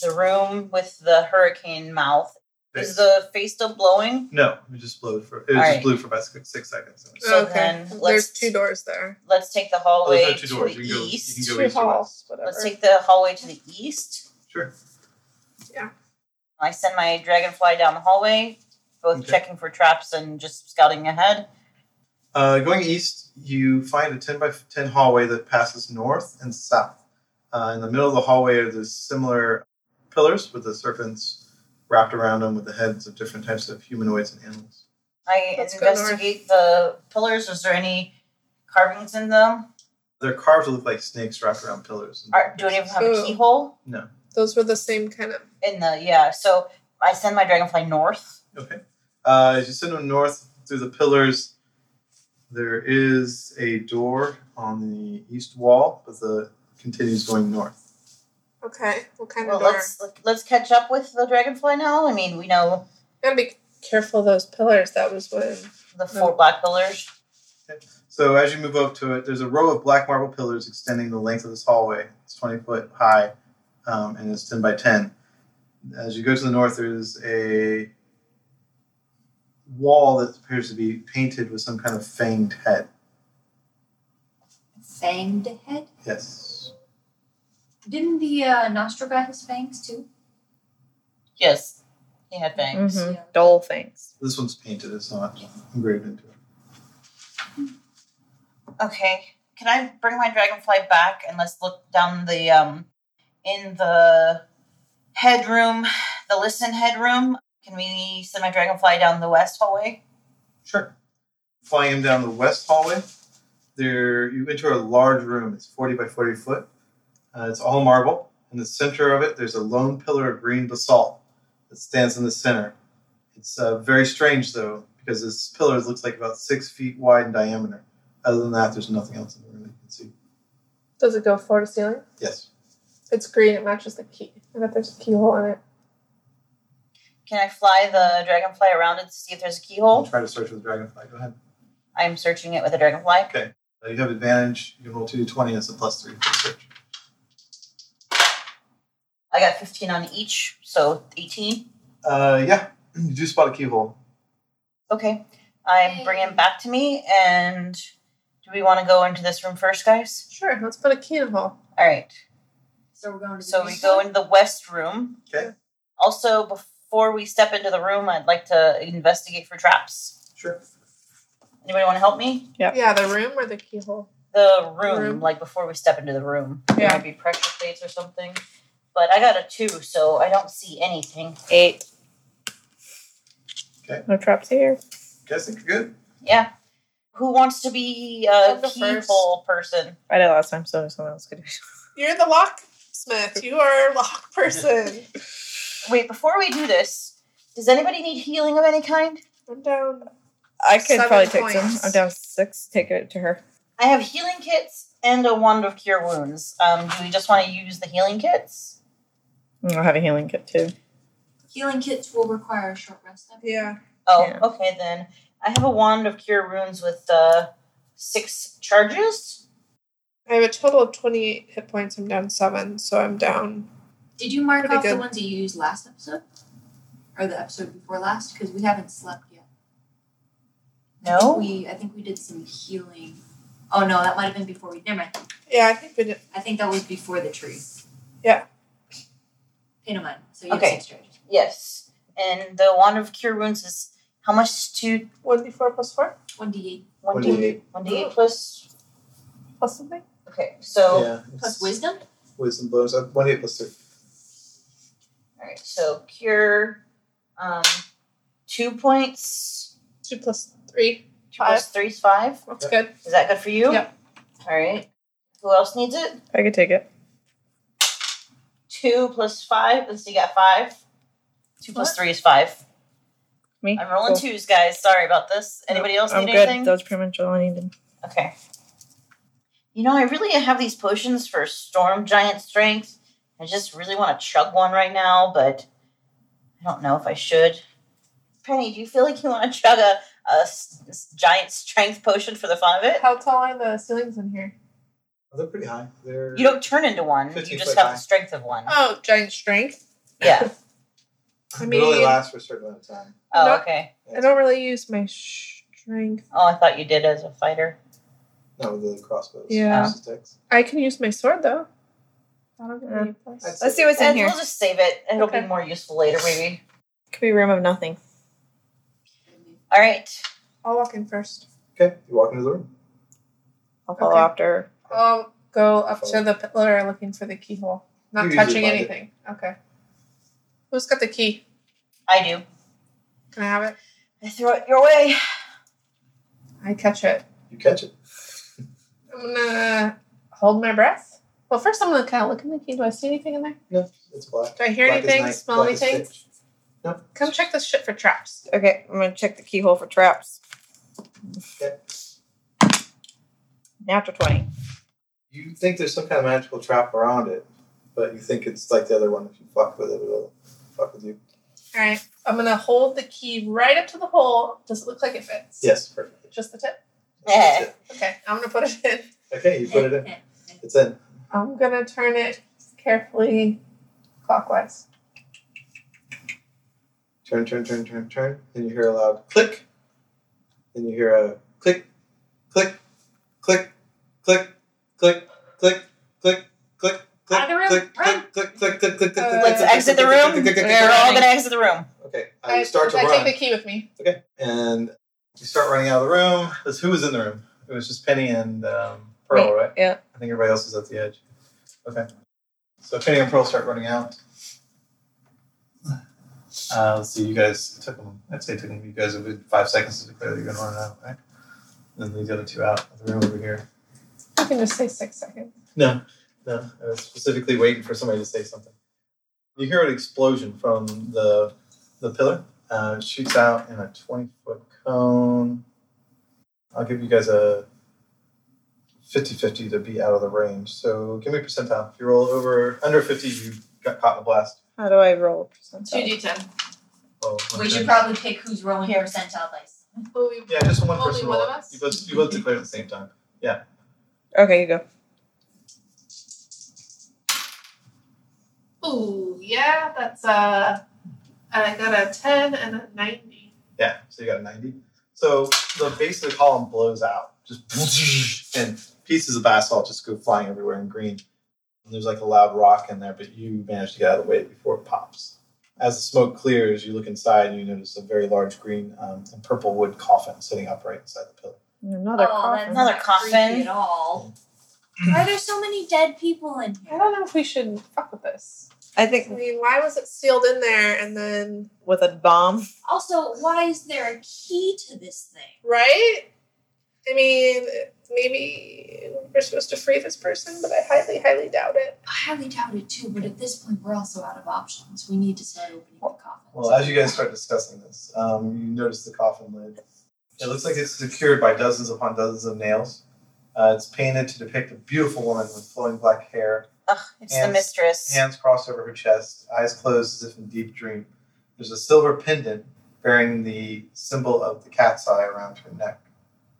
S6: the room with the hurricane mouth. Is the face still blowing?
S2: no, it just blew for it just
S6: Alright.
S2: blew for about six, six seconds.
S6: So then
S3: There's
S6: let's-
S3: two doors there.
S6: Let's take the
S2: Oh, there's
S6: hallway
S2: no two
S6: to
S2: doors.
S6: the
S2: You can go.
S6: east.
S2: You can go
S3: Two
S2: east or west.
S3: halls, whatever.
S6: Let's take the hallway to the east.
S2: Sure.
S6: I send my dragonfly down the hallway, both
S2: Okay.
S6: checking for traps and just scouting ahead.
S2: Uh, going east, you find a 10 by 10 hallway that passes north and south. Uh, in the middle of the hallway are these similar pillars with the serpents wrapped around them with the heads of different types of humanoids and animals.
S6: I
S3: Let's go
S6: investigate the pillars. Is there any carvings in them?
S2: They're carved to look like snakes wrapped around pillars.
S6: Are, do any of them have a
S3: Ooh.
S6: keyhole?
S2: No.
S3: Those were the same kind of.
S6: In the yeah. So I send my dragonfly north.
S2: Okay. Uh, as you send them north through the pillars, there is a door on the east wall, but the continues going north.
S3: Okay, what kind
S6: Well,
S3: of door?
S6: let's let's catch up with the dragonfly now. I mean, we know
S3: Gotta be careful of those pillars. That was when.
S6: the four black pillars.
S2: So as you move up to it, there's a row of black marble pillars extending the length of this hallway. It's 20 foot high, um, and it's 10 by 10. As you go to the north, there's a wall that appears to be painted with some kind of fanged head.
S4: Fanged head.
S2: Yes.
S4: Didn't the uh, nostril guy have fangs too?
S6: Yes, he had fangs.
S5: Mhm.
S4: Yeah.
S5: Dole things.
S2: This one's painted. It's not engraved into it.
S6: Okay, can I bring my dragonfly back and let's look down the um in the headroom, the listen headroom? Can we send my dragonfly down the west hallway?
S2: Sure. Flying him down the west hallway, there you enter a large room. It's 40 by 40 foot. Uh, it's all marble. In the center of it, there's a lone pillar of green basalt that stands in the center. It's uh, very strange, though, because this pillar looks like about six feet wide in diameter. Other than that, there's nothing else in the room that you can see.
S3: Does it go floor to ceiling?
S2: Yes.
S3: It's green. It matches the key. I bet there's a keyhole in it.
S6: Can I fly the dragonfly around it to see if there's a keyhole?
S2: Try to search with dragonfly. Go ahead.
S6: I'm searching it with a dragonfly.
S2: Uh, you have advantage. You can roll 2d20 and it's a plus 3 for search.
S6: I got 15 on each, so 18.
S2: Uh, yeah, you do spot a keyhole.
S6: Okay, I bring
S4: Yay.
S6: him back to me and Do we want to go into this room first, guys?
S3: Sure, let's put a key in the hole.
S6: All right.
S4: So we're going to.
S6: So we go into the west room.
S2: Okay.
S6: Also, before we step into the room, I'd like to investigate for traps.
S2: Sure.
S6: Anybody want to help me?
S5: Yep.
S3: Yeah, the room or the keyhole?
S6: The room,
S3: Room.
S6: like before we step into the room. There
S3: Yeah.
S6: might be pressure plates or something. But I got a two, so I don't see anything.
S5: Eight.
S2: Okay.
S5: No traps here.
S2: Guys think you're good?
S6: Yeah. Who wants to be
S3: I'm
S6: a
S3: the
S6: keyhole person?
S5: I did last time, so someone else could.
S3: You're the locksmith. You are a lock person.
S6: Wait, before we do this, does anybody need healing of any kind?
S3: I'm down.
S5: I could
S3: Seven
S5: probably take some.
S3: points.
S5: I'm down six. Take it to her.
S6: I have healing kits and a wand of cure wounds. Um, do we just want to use the healing kits?
S5: I'll have a healing kit too.
S4: Healing kits will require a short rest. I believe.
S3: Yeah.
S6: Oh,
S5: Yeah.
S6: okay then. I have a wand of cure wounds with uh, six charges.
S3: I have a total of 28 hit points. I'm down seven, so I'm down.
S4: Did you mark
S3: Pretty
S4: off the
S3: good.
S4: ones that you used last episode, or the episode before last? Because we haven't slept yet. I think
S6: No.
S4: we I think we did some healing. Oh no, that might have been before we. Never mind.
S3: Yeah, I think we did.
S4: I think that was before the tree.
S3: Yeah.
S4: Okay, no mind. So you have
S6: Okay.
S4: six charges.
S6: Yes. And the wand of cure wounds is how much to
S3: 1d4 plus 4
S4: One d eight
S6: one
S2: One
S6: d
S2: D eight.
S6: one d eight plus.
S3: plus something.
S6: Okay, so
S2: Yeah.
S4: plus
S2: it's
S4: wisdom.
S2: Wisdom bonus. Uh, One eight plus three.
S6: all right, so cure, um, two points.
S3: 2 plus 3.
S6: Two plus three is five.
S3: That's good.
S6: Is that good for you?
S3: Yep.
S6: All right. Who else needs it?
S5: I could take it.
S6: Two plus five. Let's see, you got five. Two plus
S3: What?
S6: three is five.
S5: Me.
S6: I'm rolling
S5: Cool.
S6: twos, guys. Sorry about this.
S5: Nope,
S6: Anybody else
S5: I'm
S6: need
S5: good.
S6: anything?
S5: That was pretty much all I needed.
S6: Okay. You know, I really have these potions for storm giant strength. I just really want to chug one right now, but I don't know if I should. Penny, do you feel like you want to chug a, a s- s- giant strength potion for the fun of it?
S3: How tall are the ceilings in here?
S2: Oh, they're pretty high. They're
S6: You don't turn into one. You
S2: 15
S6: just
S2: foot
S6: have
S2: high.
S6: the strength of one.
S3: Oh, giant strength.
S6: Yeah.
S3: I
S2: they only
S3: mean-
S2: last for a certain amount of time.
S6: Oh,
S3: No.
S6: okay.
S3: I don't really use my strength.
S6: Oh, I thought you did as a fighter.
S2: No, with the crossbows.
S3: Yeah.
S2: versus Sticks.
S3: I can use my sword, though. That'll give me a plus.
S2: That's
S5: Let's see what's in
S6: And
S5: here.
S6: we'll just save it. It'll
S3: Okay.
S6: be more useful later, maybe.
S5: Could be room of nothing.
S6: All right.
S3: I'll walk in first.
S2: Okay, you walk into the room.
S5: I'll follow
S3: Okay.
S5: after.
S3: I'll go up to the pillar looking for the keyhole.
S2: You
S3: Not
S2: usually
S3: touching
S2: find it.
S3: anything. Okay. Who's got the key?
S6: I do.
S3: Can I have it?
S6: I throw it your way.
S3: I catch it.
S2: You catch it.
S3: I'm gonna hold my breath. Well, first I'm gonna kind of look in the key. Do I see anything in there?
S2: No, it's black.
S3: Do I hear
S2: black as
S3: anything?
S2: night,
S3: Smell
S2: black as
S3: anything?
S2: pitch. No.
S3: Come check this shit for traps.
S5: Okay, I'm gonna check the keyhole for traps.
S2: Okay.
S5: Natural twenty.
S2: You think there's some kind of magical trap around it, but you think it's like the other one. If you fuck with it, it'll fuck with you.
S3: All right, I'm gonna hold the key right up to the hole. Does it look like it fits?
S2: Yes, perfect.
S3: Just the tip.
S2: That's it.
S3: Okay, I'm gonna put it in.
S2: Okay, you put it in. It's in.
S3: I'm gonna turn it carefully clockwise.
S2: Turn, turn, turn, turn, turn. Then you hear a loud click. Then you hear a click, click, click, click, click, click, click, click, click,
S4: Out of the room,
S2: click,
S4: run.
S2: click, click, click, click, click, click,
S3: Uh,
S6: Let's
S2: click,
S6: exit the
S2: click,
S6: room.
S2: click, click, click,
S6: We're
S2: click,
S6: all
S2: click.
S6: gonna exit the room.
S2: Okay, I start to
S3: I
S2: run.
S3: take the key with me.
S2: Okay, and you start running out of the room. This, who was in the room? It was just Penny and um, Pearl,
S5: Me,
S2: right?
S5: yeah.
S2: I think everybody else is at the edge. Okay. So Penny and Pearl start running out. Uh, let's see, you guys it took them, I'd say it took them, you guys have been five seconds to declare that you're going to run out, right? And then leave the other two out of the room over here.
S3: You can just say six seconds.
S2: No, no. I was specifically waiting for somebody to say something. You hear an explosion from the the pillar. Uh, it shoots out in a twenty foot cone. I'll give you guys a 50-50 to be out of the range. So give me a percentile. If you roll over under fifty, you got caught in a blast.
S5: How do I roll?
S4: Two
S5: percentile?
S4: d ten.
S2: Oh,
S4: We
S2: 100.
S4: should probably pick who's rolling percentile dice.
S3: Oh,
S2: yeah, just one
S3: Only
S2: person.
S3: one
S2: roll.
S3: of us?
S2: You both you both declare at the same time.
S5: Okay, you go.
S3: Ooh, yeah, that's uh, I got a ten and a ninety.
S2: Yeah, so you got a 90. So the base of the column blows out just and pieces of basalt just go flying everywhere in green. And there's like a loud rock in there, but you manage to get out of the way before it pops. As the smoke clears, you look inside and you notice a very large green um, and purple wood coffin sitting upright inside the pillar.
S5: Another
S4: oh, that's
S5: coffin.
S6: Another
S4: not
S6: coffin.
S4: creepy at all. Why are there so many dead people in
S3: I
S4: here?
S3: don't know if we should fuck with this.
S5: I
S3: I
S5: think
S3: mean, why was it sealed in there and then
S5: with a bomb.
S4: Also, why is there a key to this thing?
S3: right? I mean, maybe we're supposed to free this person, but I highly, highly doubt it.
S4: I highly doubt it too, but at this point, we're also out of options. We need to start opening the coffins.
S2: Well, as you guys start discussing this, um, you notice the coffin lid. It looks like it's secured by dozens upon dozens of nails. Uh, it's painted to depict a beautiful woman with flowing black hair
S6: Ugh, it's the
S2: Hands-
S6: mistress.
S2: hands crossed over her chest, eyes closed as if in deep dream. There's a silver pendant bearing the symbol of the cat's eye around her neck.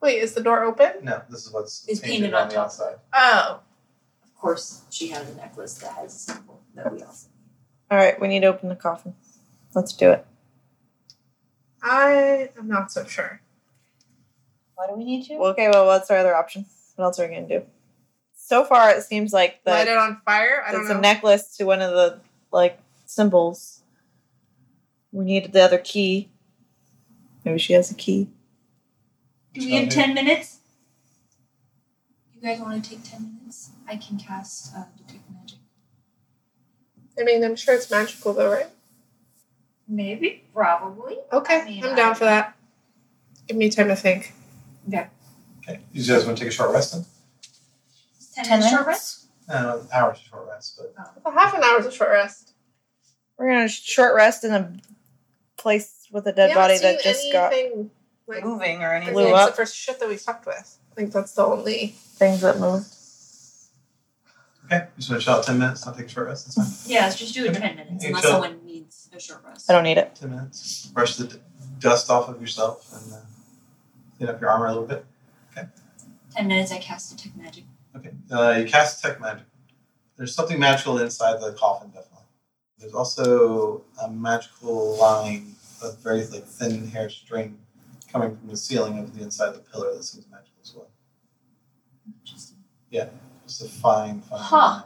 S3: Wait, is the door open?
S2: No, this is what's
S4: It's
S2: painted,
S4: painted
S2: on,
S4: on
S2: the
S4: top.
S2: outside.
S3: Oh,
S4: of course, she has a necklace that has a symbol that we also
S5: All right, we need to open the coffin. Let's do it.
S3: I am not so sure.
S6: Why do we need to?
S5: Well, okay, well, what's our other option? What else are we gonna do? So far, it seems like
S3: Light
S5: the
S3: it on fire? I don't
S5: it's
S3: know.
S5: a necklace to one of the like symbols. We needed the other key. Maybe she has a key.
S4: Do we have 10 minutes? You guys want to take 10 minutes? I can cast uh, Detect Magic.
S3: I mean, I'm sure it's magical though, right?
S4: Maybe. Probably.
S3: Okay,
S4: I mean,
S3: I'm down
S4: I-
S3: for that. Give me time to think.
S2: Okay. You guys want to take a short rest then?
S4: Is 10,
S6: 10
S4: minutes short
S6: minutes?
S4: rest?
S2: No, an hour's a short rest, but
S3: Well, half an hour's a short rest.
S5: We're gonna short rest in a place with a dead
S3: We
S5: body
S3: haven't
S5: that
S3: seen
S5: just got
S3: anything, like,
S6: moving or
S3: I think
S6: anything.
S5: Blew
S3: except
S5: up.
S3: for shit that we fucked with. I think that's the only.
S5: things that moved.
S2: okay. You just want to chill out 10 minutes, not take a short rest? That's fine.
S4: Yeah, let's just do it 10 minutes,
S2: Okay,
S4: unless
S2: so-
S4: someone needs a short rest.
S5: I don't need it.
S2: 10 minutes. Brush the d- dust off of yourself and uh, clean up your armor a little bit.
S4: 10 minutes, I cast Detect Magic.
S2: Okay. Uh, you cast Tech Magic. There's something magical inside the coffin, definitely. There's also a magical line of very like thin hair string coming from the ceiling of the inside of the pillar that seems magical as well.
S4: Interesting.
S2: Just a fine, fine
S4: Huh.
S2: line.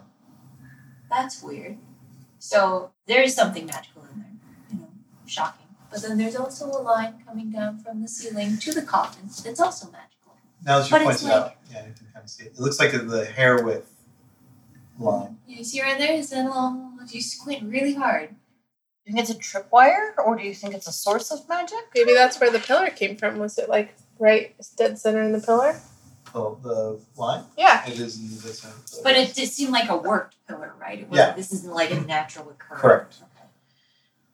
S4: That's weird. So there is something magical in there, you know, shocking. But then there's also a line coming down from the ceiling to the coffin that's also magical.
S2: Now that you
S4: But
S2: point
S4: it's
S2: it out, yeah, you can kind of see it. It looks like the hair width line.
S4: You see right there is that long, if you squint really hard.
S6: Do you think it's a tripwire, or do you think it's a source of magic?
S3: Maybe that's where the pillar came from. Was it like right dead center in the pillar?
S2: Oh, the line?
S3: Yeah.
S2: It is in the center. of the-
S4: But it just seemed like a worked pillar, right? It
S2: Yeah.
S4: wasn't, This isn't like a natural occurrence.
S2: Correct.
S4: Okay.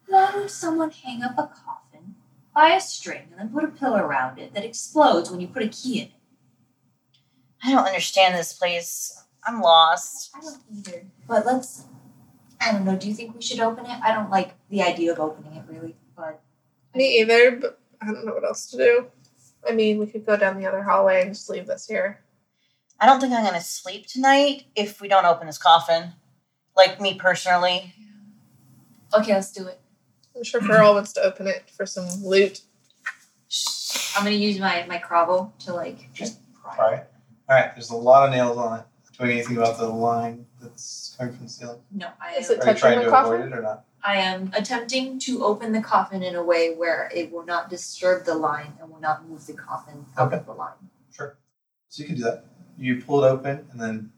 S4: Why would someone hang up a coffin by a string and then put a pillar around it that explodes when you put a key in it?
S6: I don't understand this place. I'm lost.
S4: I don't either. But let's. I don't know. Do you think we should open it? I don't like the idea of opening it really, but
S3: Me either, but I don't know what else to do. I mean, we could go down the other hallway and just leave this here.
S6: I don't think I'm gonna sleep tonight if we don't open this coffin. Like me personally.
S4: okay, let's do it.
S3: I'm sure Pearl wants to open it for some loot.
S4: I'm gonna use my my crabble to like just pry.
S2: Alright. Alright, there's a lot of nails on it. Doing anything about the line that's coming from the ceiling?
S4: No, I
S3: Is
S2: Are
S3: it-
S4: am,
S2: you
S3: Touching
S2: trying
S3: the
S2: to
S3: coffin?
S2: avoid it or not?
S4: I am attempting to open the coffin in a way where it will not disturb the line and will not move the coffin out
S2: Okay.
S4: of the line.
S2: Sure. So you can do that. You pull it open, and then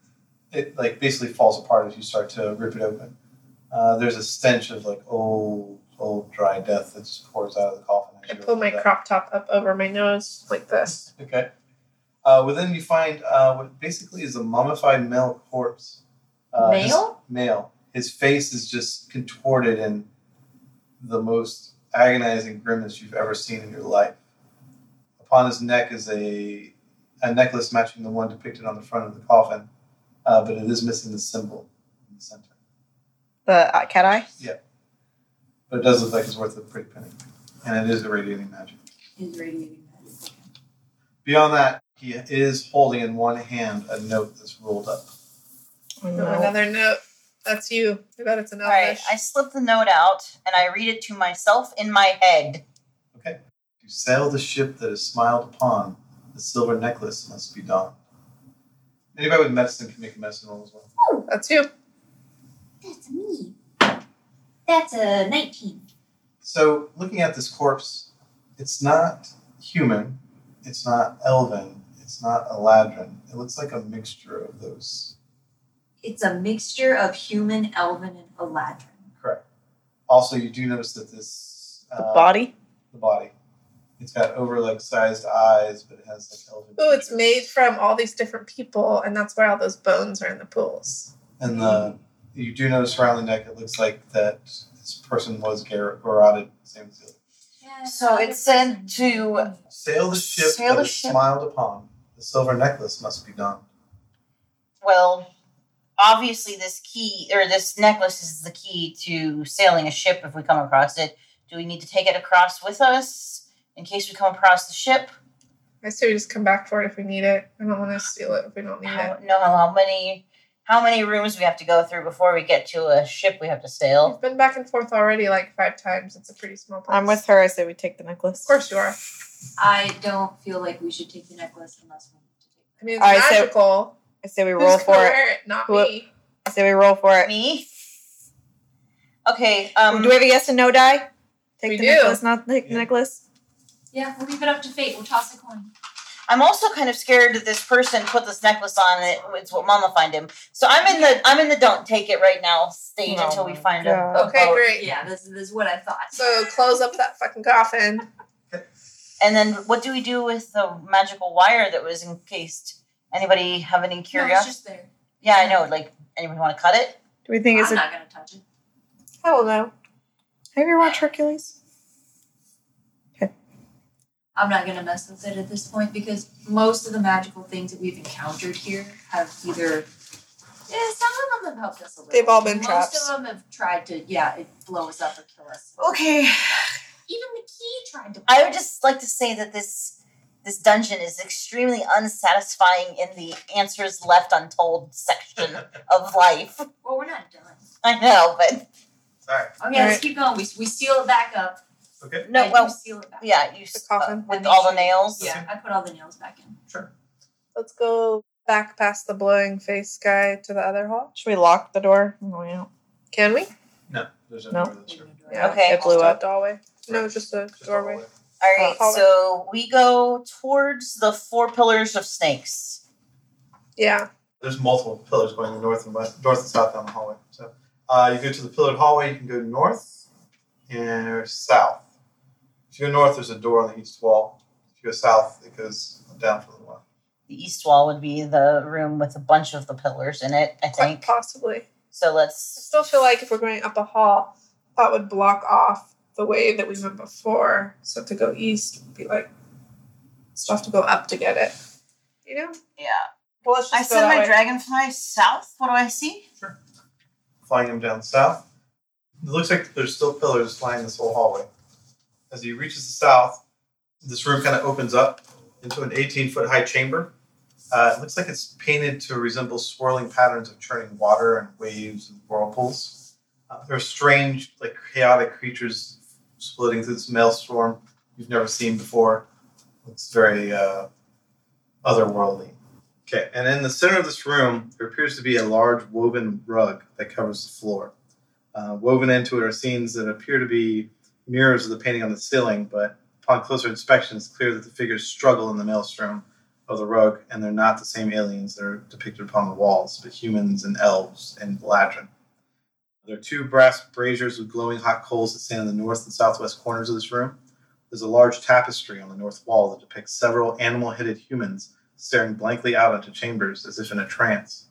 S2: it like basically falls apart as you start to rip it open. Uh, there's a stench of like old, old dry death that just pours out of the coffin. as
S3: I
S2: you
S3: pull
S2: open
S3: my
S2: it up.
S3: crop top up over my nose like this.
S2: Okay. Uh, within you find uh, what basically is a mummified male corpse. Uh, his-
S4: Male?
S2: male. His face is just contorted in the most agonizing grimace you've ever seen in your life. Upon his neck is a a necklace matching the one depicted on the front of the coffin, uh, but it is missing the symbol in the center.
S5: The uh, cat eye.
S2: But it does look like it's worth a pretty penny, and it is irradiating magic.
S4: Is radiating magic. Okay.
S2: Beyond that, he is holding in one hand a note that's rolled up.
S5: Oh,
S3: Oh,
S5: no.
S3: another note. That's you. I bet it's an
S6: All right,
S3: elvish.
S6: I slip the note out and I read it to myself in my head.
S2: to sail the ship that is smiled upon, The silver necklace must be donned. Anybody with medicine can make a medicine roll as well.
S3: That's you.
S4: That's me. That's a 19.
S2: So, looking at this corpse, it's not human, it's not elven, it's not Eladrin. It looks like a mixture of those.
S4: It's a mixture of human, elven, and Eladrin.
S2: Correct. Also, you do notice that this
S5: The
S2: uh,
S5: body?
S2: the body, it's got overlike sized eyes, but it has like elven.
S3: Oh, it's
S2: features.
S3: made from all these different people, and that's why all those bones are in the pools.
S2: And the you do notice around the neck, it looks like that this person was gar- garroted. Same as the other.
S6: So it's sent to
S2: Sail the ship
S6: Sail
S2: that
S6: the
S2: is
S6: ship.
S2: smiled upon. The silver necklace must be donned.
S6: well, obviously this key or this necklace is the key to sailing a ship if we come across it. Do we need to take it across with us in case we come across the ship?
S3: I say we just come back for it if we need it. I don't want to steal it if we don't need it.
S6: I don't know how many how many rooms we have to go through before we get to a ship we have to sail.
S3: We've been back and forth already like five times. It's a pretty small place.
S5: I'm with her. I say we take the necklace.
S3: Of course you are.
S4: I don't feel like we should take the necklace unless we need to take
S3: I mean, it's
S5: All right, so
S3: magical.
S5: I say we
S3: Who's
S5: roll
S3: gonna
S5: for it.
S3: wear it? Not
S5: Who-
S3: me.
S5: I say we roll for it.
S6: Me? Okay, um
S5: Do we have a yes and no die? Take
S3: We
S5: the
S3: do.
S5: necklace, not the
S2: Yeah.
S5: necklace.
S4: it. Yeah, we'll leave it up to fate. We'll toss a coin.
S6: I'm also kind of scared that this person put this necklace on and it. It's what Mama find him. So I'm in the I'm in the don't take it right now stage
S5: Oh
S6: until we
S5: my
S6: find
S5: God.
S6: a, a
S3: Okay,
S6: boat.
S3: great.
S4: Yeah, this, this is what I thought.
S3: So close up that fucking coffin.
S6: And then what do we do with the magical wire that was encased? Anybody have any
S4: No, it's
S6: curiosity?
S4: just there.
S6: yeah, I know. Like, anybody want to cut it?
S5: Do we think it's
S4: I'm
S5: a.
S4: not going to touch it.
S3: Hell no.
S5: Have you watched Hercules?
S4: I'm not going to mess with it at this point because most of the magical things that we've encountered here have either. Yeah, some of them have helped us a little.
S3: They've all been
S4: Most
S3: traps.
S4: of them have tried to, yeah, it blow us up or kill us.
S6: Okay.
S4: Even the key tried to.
S6: Oh. I would just like to say that this this dungeon is extremely unsatisfying in the answers left untold section of life.
S4: Well, we're not done.
S6: I know, but
S2: Sorry.
S4: Okay, let's keep going. We, we seal it back up.
S2: Okay.
S6: no.
S4: I do
S6: well,
S4: seal it back.
S6: yeah, you uh,
S3: The coffin.
S6: with
S4: I
S6: all
S4: make
S6: the
S4: sure-
S6: nails.
S4: Yeah, I put all the nails back in.
S3: Let's go back past the blowing face guy to the other hall.
S5: Should we lock the door? Oh, yeah.
S3: Can we?
S2: No, there's no
S5: No.
S2: door that's open.
S6: Okay.
S5: It blew
S3: just
S5: up.
S3: A doorway. No,
S2: Right.
S3: just a
S2: Just a
S3: doorway.
S2: hallway.
S6: All right,
S3: Follow.
S6: so we go towards the four pillars of snakes.
S3: Yeah.
S2: There's multiple pillars going north and west, north and south down the hallway. So uh, you go to the pillared hallway. You can go north and south. If you go north, there's a door on the east wall. If you go south, it goes down for a little while.
S6: The east wall would be the room with a bunch of the pillars in it, I
S3: Quite
S6: think.
S3: possibly.
S6: So
S3: I
S6: let's.
S3: still feel like if we're going up a hall, that would block off the way that we went before. So to go east would be like stuff to go up to get it. You know?
S6: Yeah.
S3: Well, let's
S6: I
S3: just go
S6: send
S3: that
S6: my
S3: way.
S6: dragonfly south. What do I see?
S2: Flying them down south. It looks like there's still pillars flying this whole hallway. As he reaches the south, this room kind of opens up into an 18 foot high chamber. Uh, it looks like it's painted to resemble swirling patterns of churning water and waves and whirlpools. Uh, there are strange, like chaotic creatures splitting through this maelstrom you've never seen before. Looks very uh, otherworldly. Okay, and in the center of this room, there appears to be a large woven rug that covers the floor. Uh, woven into it are scenes that appear to be mirrors of the painting on the ceiling, but upon closer inspection, it's clear that the figures struggle in the maelstrom of the rug, and they're not the same aliens that are depicted upon the walls, but humans and elves and ladrin. There are two brass braziers with glowing hot coals that stand in the north and southwest corners of this room. There's a large tapestry on the north wall that depicts several animal headed humans staring blankly out into chambers as if in a trance.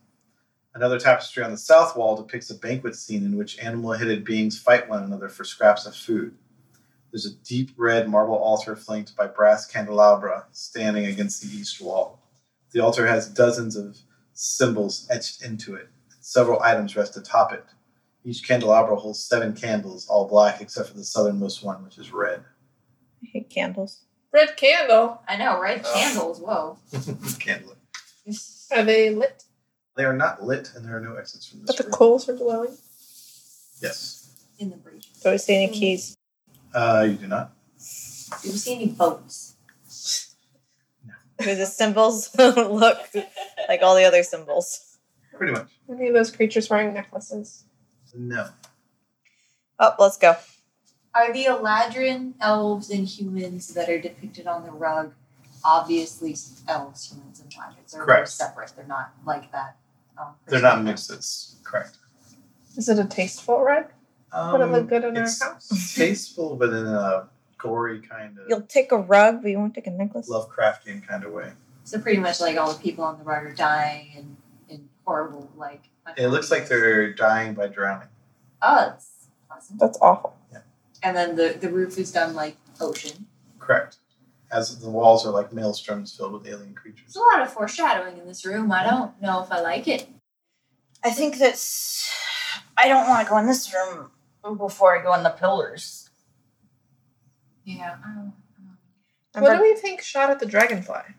S2: Another tapestry on the south wall depicts a banquet scene in which animal headed beings fight one another for scraps of food. There's a deep red marble altar flanked by brass candelabra standing against the east wall. The altar has dozens of symbols etched into it. Several items rest atop it. Each candelabra holds seven candles, all black except for the southernmost one, which is red.
S5: I hate candles.
S3: Red candle.
S4: I know, right?
S2: Oh.
S4: Candles, whoa.
S2: Candle.
S3: Are they lit?
S2: They are not lit, and there are no exits from this
S3: But the
S2: room.
S3: coals are glowing.
S2: yes.
S4: In the breach.
S5: Do we see any keys?
S2: Uh, you do not.
S4: Do you see any boats?
S2: No.
S5: do the symbols look like all the other symbols?
S2: Pretty much.
S3: Any of those creatures wearing necklaces?
S2: No.
S5: Oh, let's go.
S4: Are the Eladrin elves and humans that are depicted on the rug obviously elves, humans, and giants? Or
S2: Correct.
S4: They're separate. They're not like that. um,
S2: They're not mixes. Correct.
S3: Is it a tasteful rug?
S2: Um,
S3: Would it look good in our
S2: it's tasteful, but in a gory kind of
S5: You'll take a rug, but you won't take a necklace.
S2: Lovecraftian kind of way.
S4: So pretty much like all the people on the rug are dying and in horrible like.
S2: It looks like they're dying by drowning.
S4: Oh, that's awesome.
S5: That's awful.
S4: And then the the roof is done like ocean.
S2: Correct. As the walls are like maelstroms filled with alien creatures.
S4: There's a lot of foreshadowing in this room. I don't know if I like it.
S6: I think that's. I don't want to go in this room before I go in the pillars.
S4: Yeah. I don't know.
S3: What do we think shot at the dragonfly?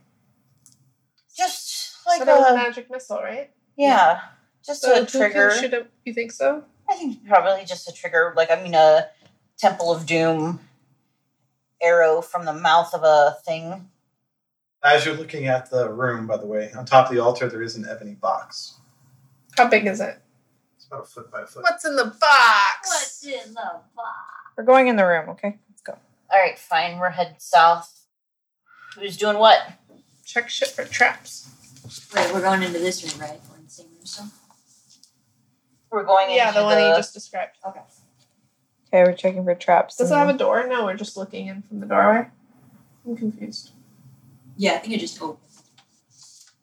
S6: Just
S3: so
S6: like
S3: that was a
S6: a.
S3: magic missile, right?
S6: Yeah. Just
S3: So
S6: a trigger.
S3: Shoot a, you think so?
S6: I think probably just a trigger, like I mean a Temple of Doom arrow from the mouth of a thing.
S2: As you're looking at the room, by the way, on top of the altar there is an ebony box.
S3: How big is it?
S2: It's about a foot by a foot.
S3: What's in the box?
S4: What's in the box?
S5: We're going in the room, okay? Let's go.
S6: All right, fine. We're headed south. Who's doing what?
S3: Check shit for traps.
S4: Wait, we're going into this room, right? We're in the same room still.
S6: We're going
S3: Yeah,
S6: into
S3: the one you just described.
S4: Okay.
S5: Okay, we're checking for traps.
S3: Does it have a door? No, we're just looking in from the doorway. I'm confused.
S4: Yeah, I think it just opened.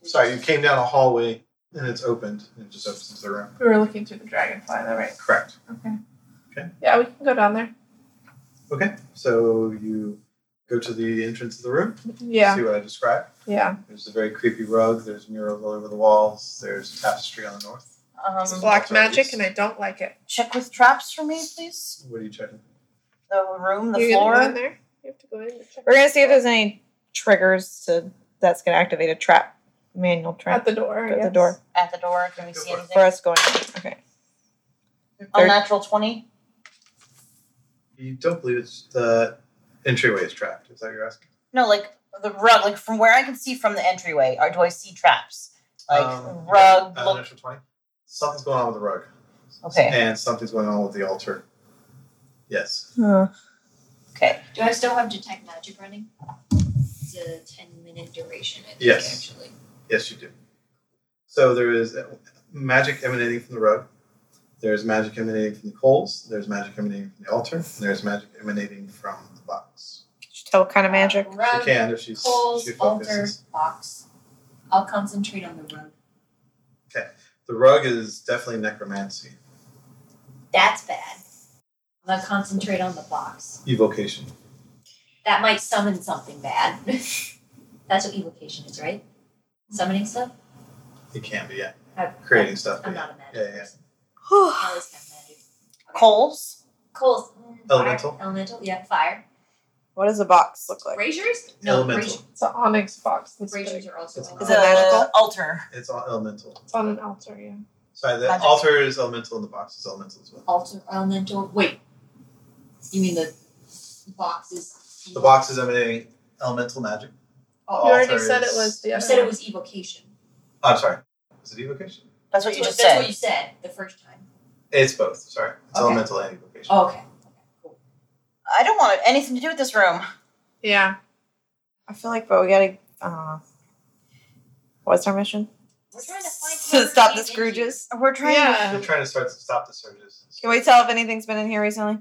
S2: Sorry, you came down a hallway and it's opened and it just opens into the room.
S3: We were looking through the dragonfly, though, right?
S2: Correct.
S3: Okay.
S2: Okay.
S3: Yeah, we can go down there.
S2: Okay. So you go to the entrance of the room.
S3: Yeah.
S2: See what I described.
S3: Yeah.
S2: There's a very creepy rug. There's murals all over the walls. There's tapestry on the north.
S3: It's
S6: um,
S3: black magic, and I don't like it.
S6: check with traps for me, please.
S2: What are you checking?
S6: The room, the
S3: You're
S6: floor.
S3: gonna go in there. You have to go in. And check
S5: We're gonna see if there's any triggers to that's gonna activate a trap, manual
S3: at
S5: trap
S3: the door. I
S5: At the
S3: guess.
S5: door.
S6: At the door, can we
S2: Go
S6: see
S2: for it.
S5: for
S6: anything?
S5: us going. Okay.
S6: A
S5: Third-
S6: natural twenty.
S2: You don't believe it's the entryway is trapped. Is that what you're asking?
S6: No, like the rug, like from where I can see from the entryway. Or do I see traps? Like
S2: Um,
S6: rug.
S2: Uh,
S6: look-
S2: natural 20. Something's going on with the rug.
S6: okay.
S2: And something's going on with the altar. Yes.
S5: Huh.
S6: Okay.
S4: Do I still have detect magic running? It's a ten minute duration, I think
S2: Yes.
S4: actually.
S2: Yes, you do. So there is magic emanating from the rug. There's magic emanating from the coals. There's magic emanating from the altar. and There's magic emanating from the box.
S5: Just tell what kind of magic.
S4: Uh,
S2: She
S4: rug,
S2: can if she's
S4: coals,
S2: she
S4: altar,
S2: focuses.
S4: box. I'll concentrate on the rug.
S2: The rug is definitely necromancy,
S4: That's bad. I'm gonna concentrate on the box.
S2: evocation.
S4: That might summon something bad. That's what evocation is, right? Summoning stuff?
S2: It can be, yeah.
S4: I-
S2: Creating stuff.
S4: I'm
S2: yeah.
S4: not a magic
S2: Yeah, yeah.
S4: person.
S5: Whew.
S4: I always have magic. Okay.
S6: Coals.
S4: Coals. mm, fire.
S2: Elemental.
S4: Elemental, yeah, fire.
S5: What does the box look like?
S4: Braziers? No,
S2: elemental.
S4: brazier-
S3: It's an onyx box. That's
S4: braziers
S3: big.
S4: are also
S2: Is
S5: Is
S4: elemental.
S5: it magical?
S6: Altar.
S2: It's all elemental.
S3: It's on an altar. Yeah.
S2: Sorry, the
S6: Magic.
S2: altar is elemental and the box is elemental as well.
S4: alter elemental. Wait, you mean the box is
S2: The box is emanating elemental magic.
S3: You
S4: Oh,
S2: Altar
S3: already said it
S2: is-
S3: was the
S4: you
S3: other.
S4: said it
S3: one.
S4: was evocation.
S2: Oh, I'm sorry. Is it evocation?
S6: That's what
S4: That's
S6: you just
S4: that's
S6: said.
S4: what you said the first time.
S2: It's both. Sorry. It's
S4: Okay.
S2: elemental and evocation.
S4: Oh, okay.
S6: I don't want anything to do with this room.
S3: Yeah.
S5: I feel like, but we gotta. I don't know. What's our mission?
S4: We're trying to find
S5: Stop the
S4: whoever's gonna get
S5: Scrooges. We're trying. To,
S3: Yeah.
S2: They're trying to start to stop the surges.
S5: can we tell if anything's been in here recently?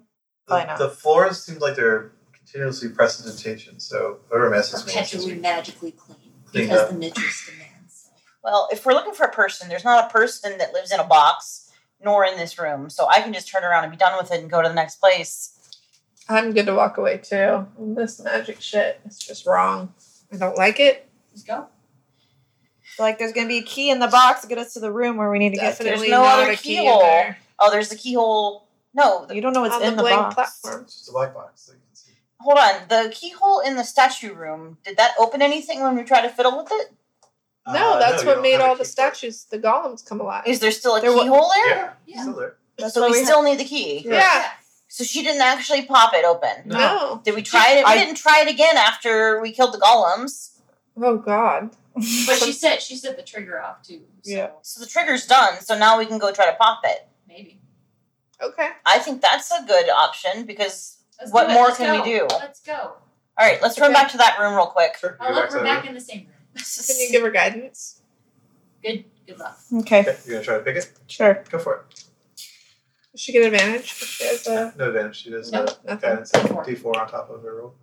S5: Probably
S2: The,
S5: not.
S2: the floors seem like they're continuously precedentation, so whoever
S4: you.
S2: messes with
S4: Perpetually
S2: me
S4: magically clean
S2: Clean
S4: because
S2: up.
S4: the mistress demands.
S6: Well, if we're looking for a person, there's not a person that lives in a box nor in this room. So I can just turn around and be done with it and go to the next place.
S3: I'm good to walk away too. This magic shit is just wrong. I don't like it.
S4: Let's go.
S5: So, like, there's gonna be a key in the box to get us to the room where we need to get
S3: Definitely
S6: no
S3: not
S6: other
S3: a key in
S6: keyhole.
S3: there.
S6: Oh, there's the keyhole. No,
S5: to.
S6: the,
S5: You don't know what's
S3: on
S5: in
S3: the
S5: the,
S3: blank
S5: box.
S3: platform.
S2: It's just a black box that you can see.
S6: hold on. The keyhole in the statue room. Did that open anything when we try to fiddle with it?
S2: Uh,
S3: No, that's
S2: you
S3: what
S2: don't
S3: made
S2: have a
S3: all the
S2: key.
S3: statues, the golems, come alive.
S6: Is there still a
S5: There wa-
S6: keyhole there?
S2: Yeah.
S4: Yeah.
S2: Still there.
S5: That's
S6: so
S5: what
S6: we,
S5: we
S6: still need the key.
S3: Yeah.
S6: So she didn't actually pop it open.
S3: No.
S2: No.
S6: Did we try it? We
S5: I-
S6: didn't try it again after we killed the golems.
S3: Oh God.
S4: But she said she set the trigger off too. So
S3: Yeah.
S6: So the trigger's done, so now we can go try to pop it.
S4: maybe.
S3: okay.
S6: I think that's a good option because
S4: Let's
S6: What
S4: do it.
S6: more
S4: Let's
S6: can
S4: go.
S6: we do?
S4: Let's go.
S6: all right, let's run
S3: Okay.
S6: back to that room real quick.
S2: Sure.
S4: I'll
S2: you
S4: look. We're
S2: to
S4: back
S2: the-
S4: in the same room.
S3: Can you give her guidance?
S4: Good. Good luck.
S6: Okay.
S2: Okay, you're gonna try to pick it.
S5: Sure.
S2: Go for
S3: Does she get advantage? If she has a
S2: it. No advantage. She does
S4: No,
S2: uh,
S3: nothing.
S2: guidance. and
S4: D4.
S2: D4 on top of her roll.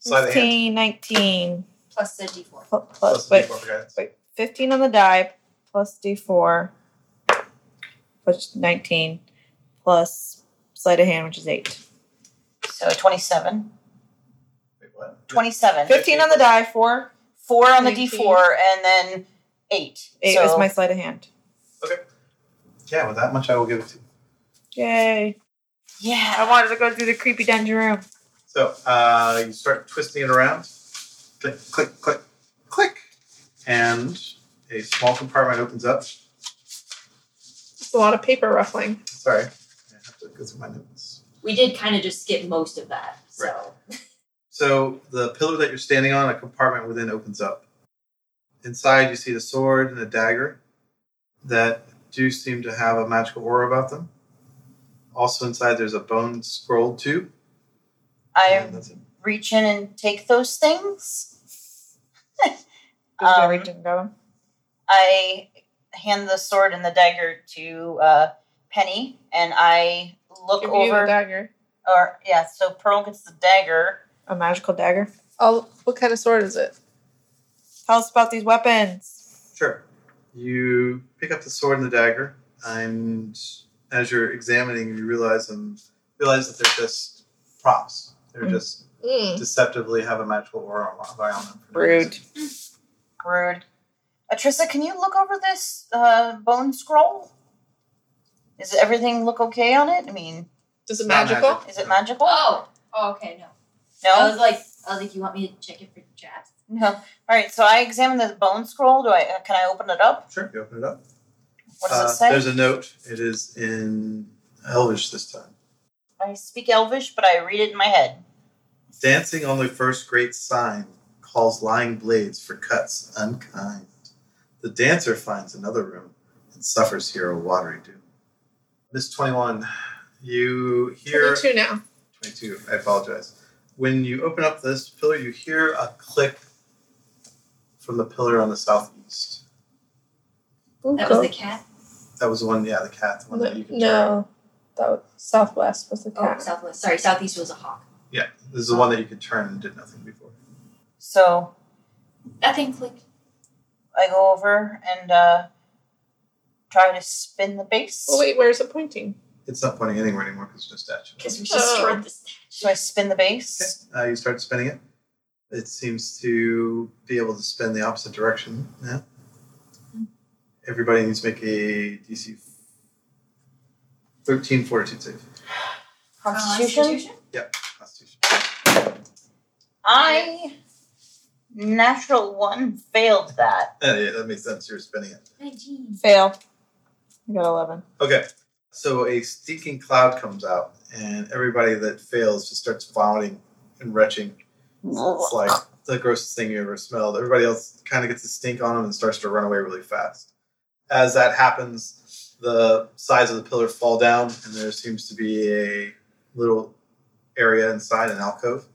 S2: Slide the hand.
S5: 15, 19,
S4: Plus the D4.
S5: pl- plus,
S2: Plus the
S5: wait,
S2: D4 for guidance.
S5: wait, 15 on the die, plus d4, which 19, plus sleight of hand, which is 8.
S6: So 27.
S2: Wait, what?
S6: 27.
S5: 15 on the die, 4,
S6: 4 on the
S3: 19.
S6: d4 and then 8.
S5: 8
S6: so,
S5: is my sleight of hand.
S2: Yeah, with that much, I will give it to you.
S5: Yay.
S6: Yeah.
S5: I wanted to go through the creepy dungeon room.
S2: So uh, you start twisting it around. Click, click, click, click. And a small compartment opens up.
S3: It's a lot of paper ruffling.
S2: Sorry. I have to go through my notes.
S4: We did kind of just skip most of that. So
S2: So the pillar that you're standing on, a compartment within opens up. Inside, you see a sword and a dagger that do seem to have a magical aura about them. Also inside, there's a bone scroll tube.
S6: I
S2: And that's it.
S6: reach in and take those things.
S5: Just gonna
S6: Um,
S5: reach and grab 'em.
S6: I hand the sword and the dagger to uh, Penny, and I look
S3: Give you the
S6: over.
S3: dagger.
S6: Or yeah, so Pearl gets the dagger.
S5: A magical dagger.
S3: Oh, what kind of sword is it?
S5: Tell us about these weapons.
S2: Sure. You pick up the sword and the dagger, and as you're examining, you realize them realize that they're just props. They're
S5: Mm.
S2: just
S3: Mm.
S2: deceptively have a magical aura on on them. for no reason.
S5: Rude.
S6: Rude. Atrissa, can you look over this uh, bone scroll? Is everything look okay on it? I mean,
S3: Is it
S2: Not magic.
S3: magical?
S6: is it magical?
S4: oh, oh, okay, no. I
S6: No,
S4: was like, I was like, you want me to check it for jabs?
S6: no. All right, so I examine the bone scroll. Do I? uh, Can I open it up?
S2: Sure, you open it up.
S6: What does
S2: Uh,
S6: it say?
S2: There's a note. It is in Elvish this time.
S6: I speak Elvish, but I read it in my head.
S2: Dancing on the first great sign calls lying blades for cuts unkind. The dancer finds another room and suffers here a watery doom. Miss 21, you hear.
S3: 22 now.
S2: 22, I apologize. When you open up this pillar, you hear a click from the pillar on the southeast.
S4: That was the cat.
S2: That was the one, yeah, the cat, the one that you can turn.
S3: No, that was Southwest was the
S4: Oh,
S3: cat.
S4: southwest. Sorry, southeast was a hawk.
S2: Yeah, this is the one that you could turn and did nothing before.
S6: So
S4: That thing clicked.
S6: I go over and uh, try to spin the base.
S3: Well, Oh, wait, where's it pointing?
S2: It's not pointing anywhere anymore because there's no statue.
S4: Because we
S3: Oh.
S4: destroyed the
S6: So I
S4: statue.
S6: spin the base.
S2: Okay. Uh, you start spinning it. It seems to be able to spin the opposite direction now. Everybody needs to make a DC 13 fortitude save.
S4: Uh,
S6: Constitution.
S2: Constitution.
S6: I natural one failed that.
S2: Uh, yeah, that makes sense. You're spinning it.
S4: Nineteen.
S5: Fail. I got 11.
S2: Okay. So a stinking cloud comes out, and everybody that fails just starts vomiting and retching. It's like the grossest thing you ever smelled. Everybody else kind of gets a stink on them and starts to run away really fast. As that happens, the sides of the pillar fall down, and there seems to be a little area inside an alcove.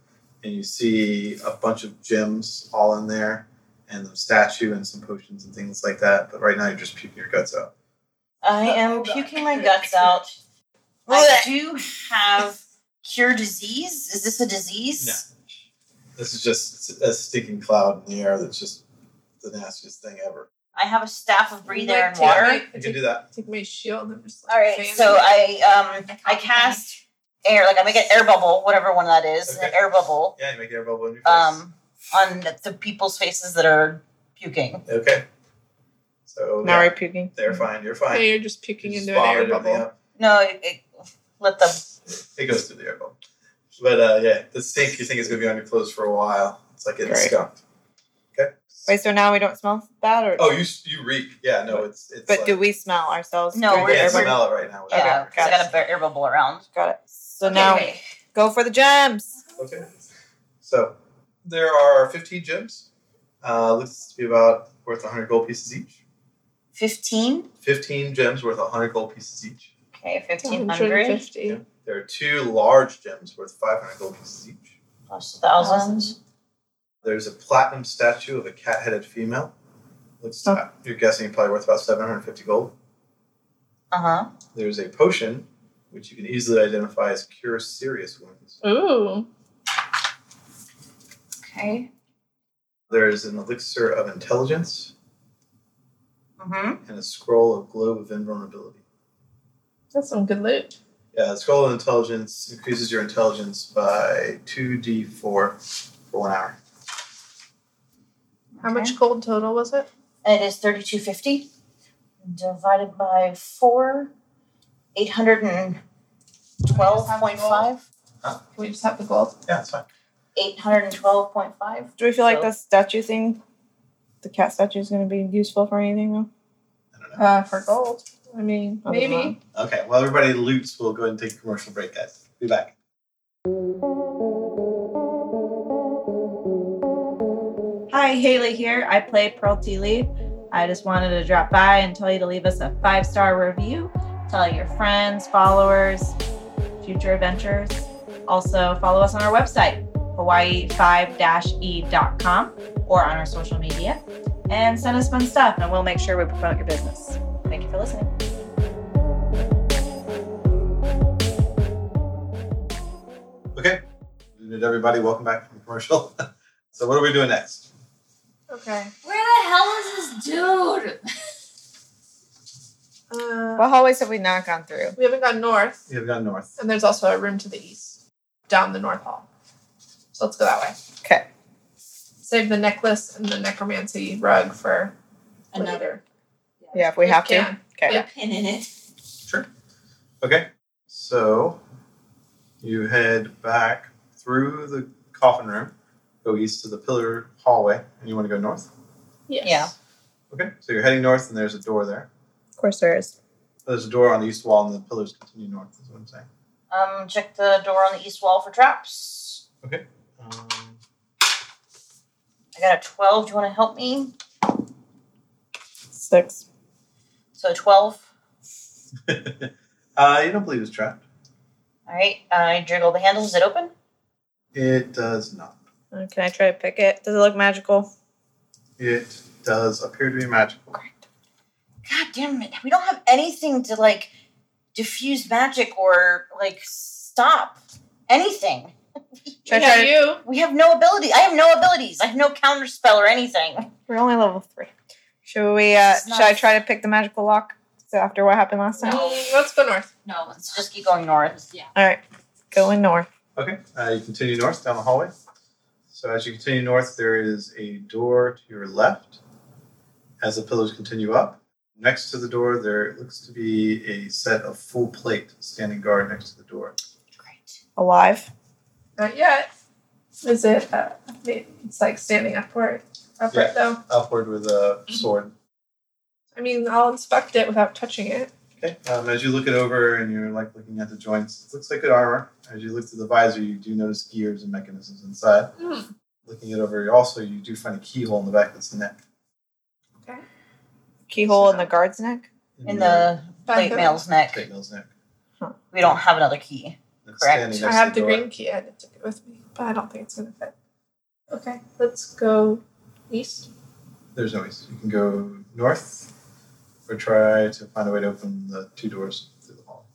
S2: And you see a bunch of gems all in there, and a statue, and some potions, and things like that. But right now, you're just puking your guts out.
S6: I
S4: Oh,
S6: am
S4: God.
S6: puking my guts out. I do have cure disease. Is this a disease?
S2: No. This is just a stinking cloud in the air that's just the nastiest thing ever.
S6: I have a staff of breathe
S3: Like,
S6: air and
S3: take
S6: water.
S3: my-
S2: You can
S3: take,
S2: do that.
S3: take my shield and just like
S6: All right,
S3: fan
S6: so
S3: it.
S6: I um I cast air like I make an air bubble, whatever one that is, an
S2: Okay.
S6: air bubble
S2: Yeah, you make air bubble in your face.
S6: um on the people's faces that are puking.
S2: okay. So
S5: Now
S2: yeah,
S5: we're puking.
S2: they're fine. You're
S3: Now
S2: fine.
S3: you're just puking
S2: You just
S3: into an air
S2: vomited everything
S3: bubble.
S2: up.
S6: No, it, it, let them.
S2: It goes through the air bubble. But uh, yeah, the stink you think is going to be on your clothes for a while. It's like getting
S5: Great.
S2: skunked.
S5: Wait, so now we don't smell bad? Or,
S2: Oh, you you reek. Yeah, no, it's it's.
S5: but
S2: like,
S5: do we smell ourselves?
S6: No,
S5: through
S2: You
S5: the
S6: we're-
S2: can't
S5: air bubble?
S2: smell it right now.
S6: Yeah,
S5: Okay,
S6: 'cause I
S5: got
S6: got a bear- air bubble around.
S5: Got it. So
S4: Okay,
S5: now
S4: wait.
S5: go for the gems.
S2: Okay. So there are 15 gems. Uh, looks to be about worth 100 gold pieces each.
S6: 15?
S2: 15 gems worth 100 gold pieces each.
S6: Okay, 1500
S2: Yeah.
S3: 150.
S2: There are two large gems worth 500 gold pieces each.
S6: plus 1000.
S2: There's a platinum statue of a cat headed female. Looks to, You're guessing probably worth about 750 gold.
S6: Uh huh.
S2: There's a potion, which you can easily identify as Cure Serious Wounds.
S5: Ooh.
S6: Okay.
S2: There is an elixir of intelligence
S6: Mm
S2: and a scroll of globe of invulnerability.
S5: That's some good loot.
S2: Yeah, the scroll of intelligence increases your intelligence by 2d4 for one hour.
S6: hmm.
S3: How much gold total was it?
S6: It is 3250 divided by 4, 812.5.
S3: Can we just have the gold?
S2: Yeah, that's fine.
S6: 812.5.
S5: Do we feel like
S6: So-
S5: this statue thing, the cat statue, is going to be useful for anything though?
S2: I don't know.
S3: Uh, for gold. I mean,
S5: Other than
S3: maybe.
S2: Okay, well, everybody loots. We'll go ahead and take a commercial break, guys. Be back.
S5: Hi, Haley here. I play Pearl Tea Leaf. I just wanted to drop by and tell you to leave us a five star review. Tell your friends, followers, future adventures. Also, follow us on our website, hawaii5 e.com, e or on our social media. And send us fun stuff, and we'll make sure we promote your business. Thank you for listening.
S2: Okay. Did everybody welcome back from commercial? so what are we doing next?
S3: Okay.
S4: Where the hell is this dude?
S3: Uh,
S5: What hallways have we not gone through?
S3: we haven't gone north,
S2: We have gone north.
S3: and there's also a room to the east, down the north hall. So let's go that way.
S5: Okay.
S3: Save the necklace and the necromancy rug for
S4: Another.
S3: another.
S5: Yeah, if we have to.
S3: Can.
S5: Okay.
S3: Yeah.
S4: Pin in it.
S2: Okay. So you head back through the coffin room, go east to the pillar hallway, and you want to go north?
S3: Yes.
S6: Yeah.
S2: Okay. So you're heading north and there's a door there.
S5: Of course, there is.
S2: There's a door on the east wall and the pillars continue north, is what I'm saying.
S6: Um, check the door on the east wall for traps.
S2: Um,
S6: I got a 12. Do you want to help me?
S5: Six.
S6: So 12.
S2: uh, you don't believe it's trapped.
S6: All right. I jiggle the handle. Is it open?
S2: It does not.
S5: Uh, Can I try to pick it? Does it look magical?
S2: It does appear to be magical.
S6: God damn it. We don't have anything to like diffuse magic or like stop anything.
S5: Should I
S3: Yeah,
S5: try to-
S3: you.
S6: We have no ability. I have no abilities. I have no counterspell or anything.
S5: We're only level three. Should we? Uh,
S6: It's
S5: should
S6: not-
S5: I try to pick the magical lock? So after what happened last time,
S4: No.
S3: Mm, Let's go north.
S4: No, it's
S6: Let's just keep going north.
S4: yeah.
S5: going north.
S2: Okay, uh, you continue north down the hallway. So as you continue north, there is a door to your left. As the pillars continue up, next to the door, there looks to be a set of full plate standing guard next to the door.
S6: Great.
S5: Alive.
S3: Not yet. Is it? Uh, it's like standing upward. Upright
S2: Yeah.
S3: though.
S2: Upward with a sword.
S3: I mean, I'll inspect it without touching it.
S2: Okay. Um, as you look it over and you're like looking at the joints, it looks like good armor. As you look through the visor, you do notice gears and mechanisms inside.
S3: Hmm.
S2: Looking it over, also you do find a keyhole in the back of its neck.
S5: Keyhole in the guard's neck.
S2: Mm-hmm.
S6: In the plate mail's neck.
S2: plate mail's neck.
S6: We don't have another key.
S2: It's
S6: Correct.
S2: standing
S3: I
S2: next
S3: have
S2: to
S3: the
S2: door.
S3: green key. I did take it with me, but I don't think it's gonna fit. Okay, let's go east.
S2: There's no east. You can go north or try to find a way to open the two doors through the hall.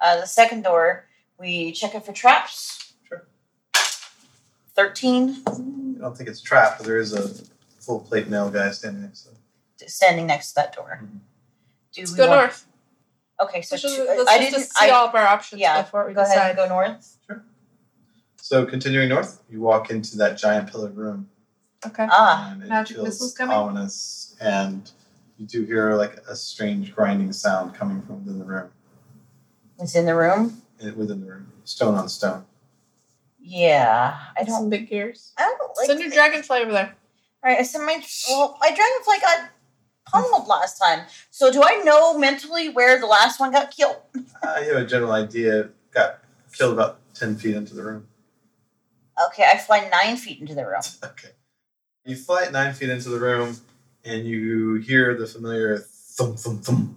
S6: Uh, the second door, we check it for traps.
S2: Sure.
S6: 13,
S2: I don't think it's a trap, but there is a full plate mail guy standing next to it.
S6: standing next to that door.
S2: Mhm.
S6: Do
S3: Let's
S6: we
S3: go
S6: want-
S3: north.
S6: Okay, so
S3: Let's just,
S6: two, uh,
S3: let's
S6: I
S3: just
S6: didn't.
S3: see
S6: I,
S3: all of our options
S6: yeah,
S3: before we
S6: go
S3: decide.
S6: ahead and go north.
S2: So continuing north, you walk into that giant pillared room.
S3: Okay.
S6: Ah,
S2: and it
S3: Magic
S2: feels
S3: missiles coming?
S2: ominous, and you do hear like a strange grinding sound coming from within the room.
S6: it's in the room.
S2: eh, Within the room, stone on stone.
S6: Yeah, I don't.
S3: Some big gears.
S6: I don't like.
S3: Send your dragonfly over there.
S6: All right, I sent my. Well, my dragonfly got pummeled last time. So do I know mentally where the last one got killed?
S2: I have a general idea. It Got killed about ten feet into the room.
S6: Okay, I fly nine feet into the room.
S2: Okay. You fly nine feet into the room, and you hear the familiar thump thump thump,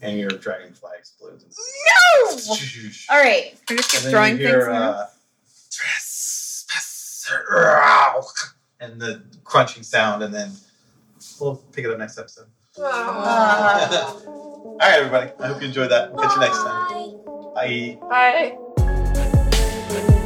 S2: and your dragonfly explodes.
S6: No! All right.
S3: Can we just keep
S2: And then
S3: throwing
S2: you
S3: things
S2: hear,
S3: around?
S2: uh, "Trespasser," and the crunching sound, and then we'll pick it up next episode.
S3: Aw.
S2: All right, everybody. I hope you enjoyed that. We'll catch you next time. Bye.
S3: Bye.
S4: Bye.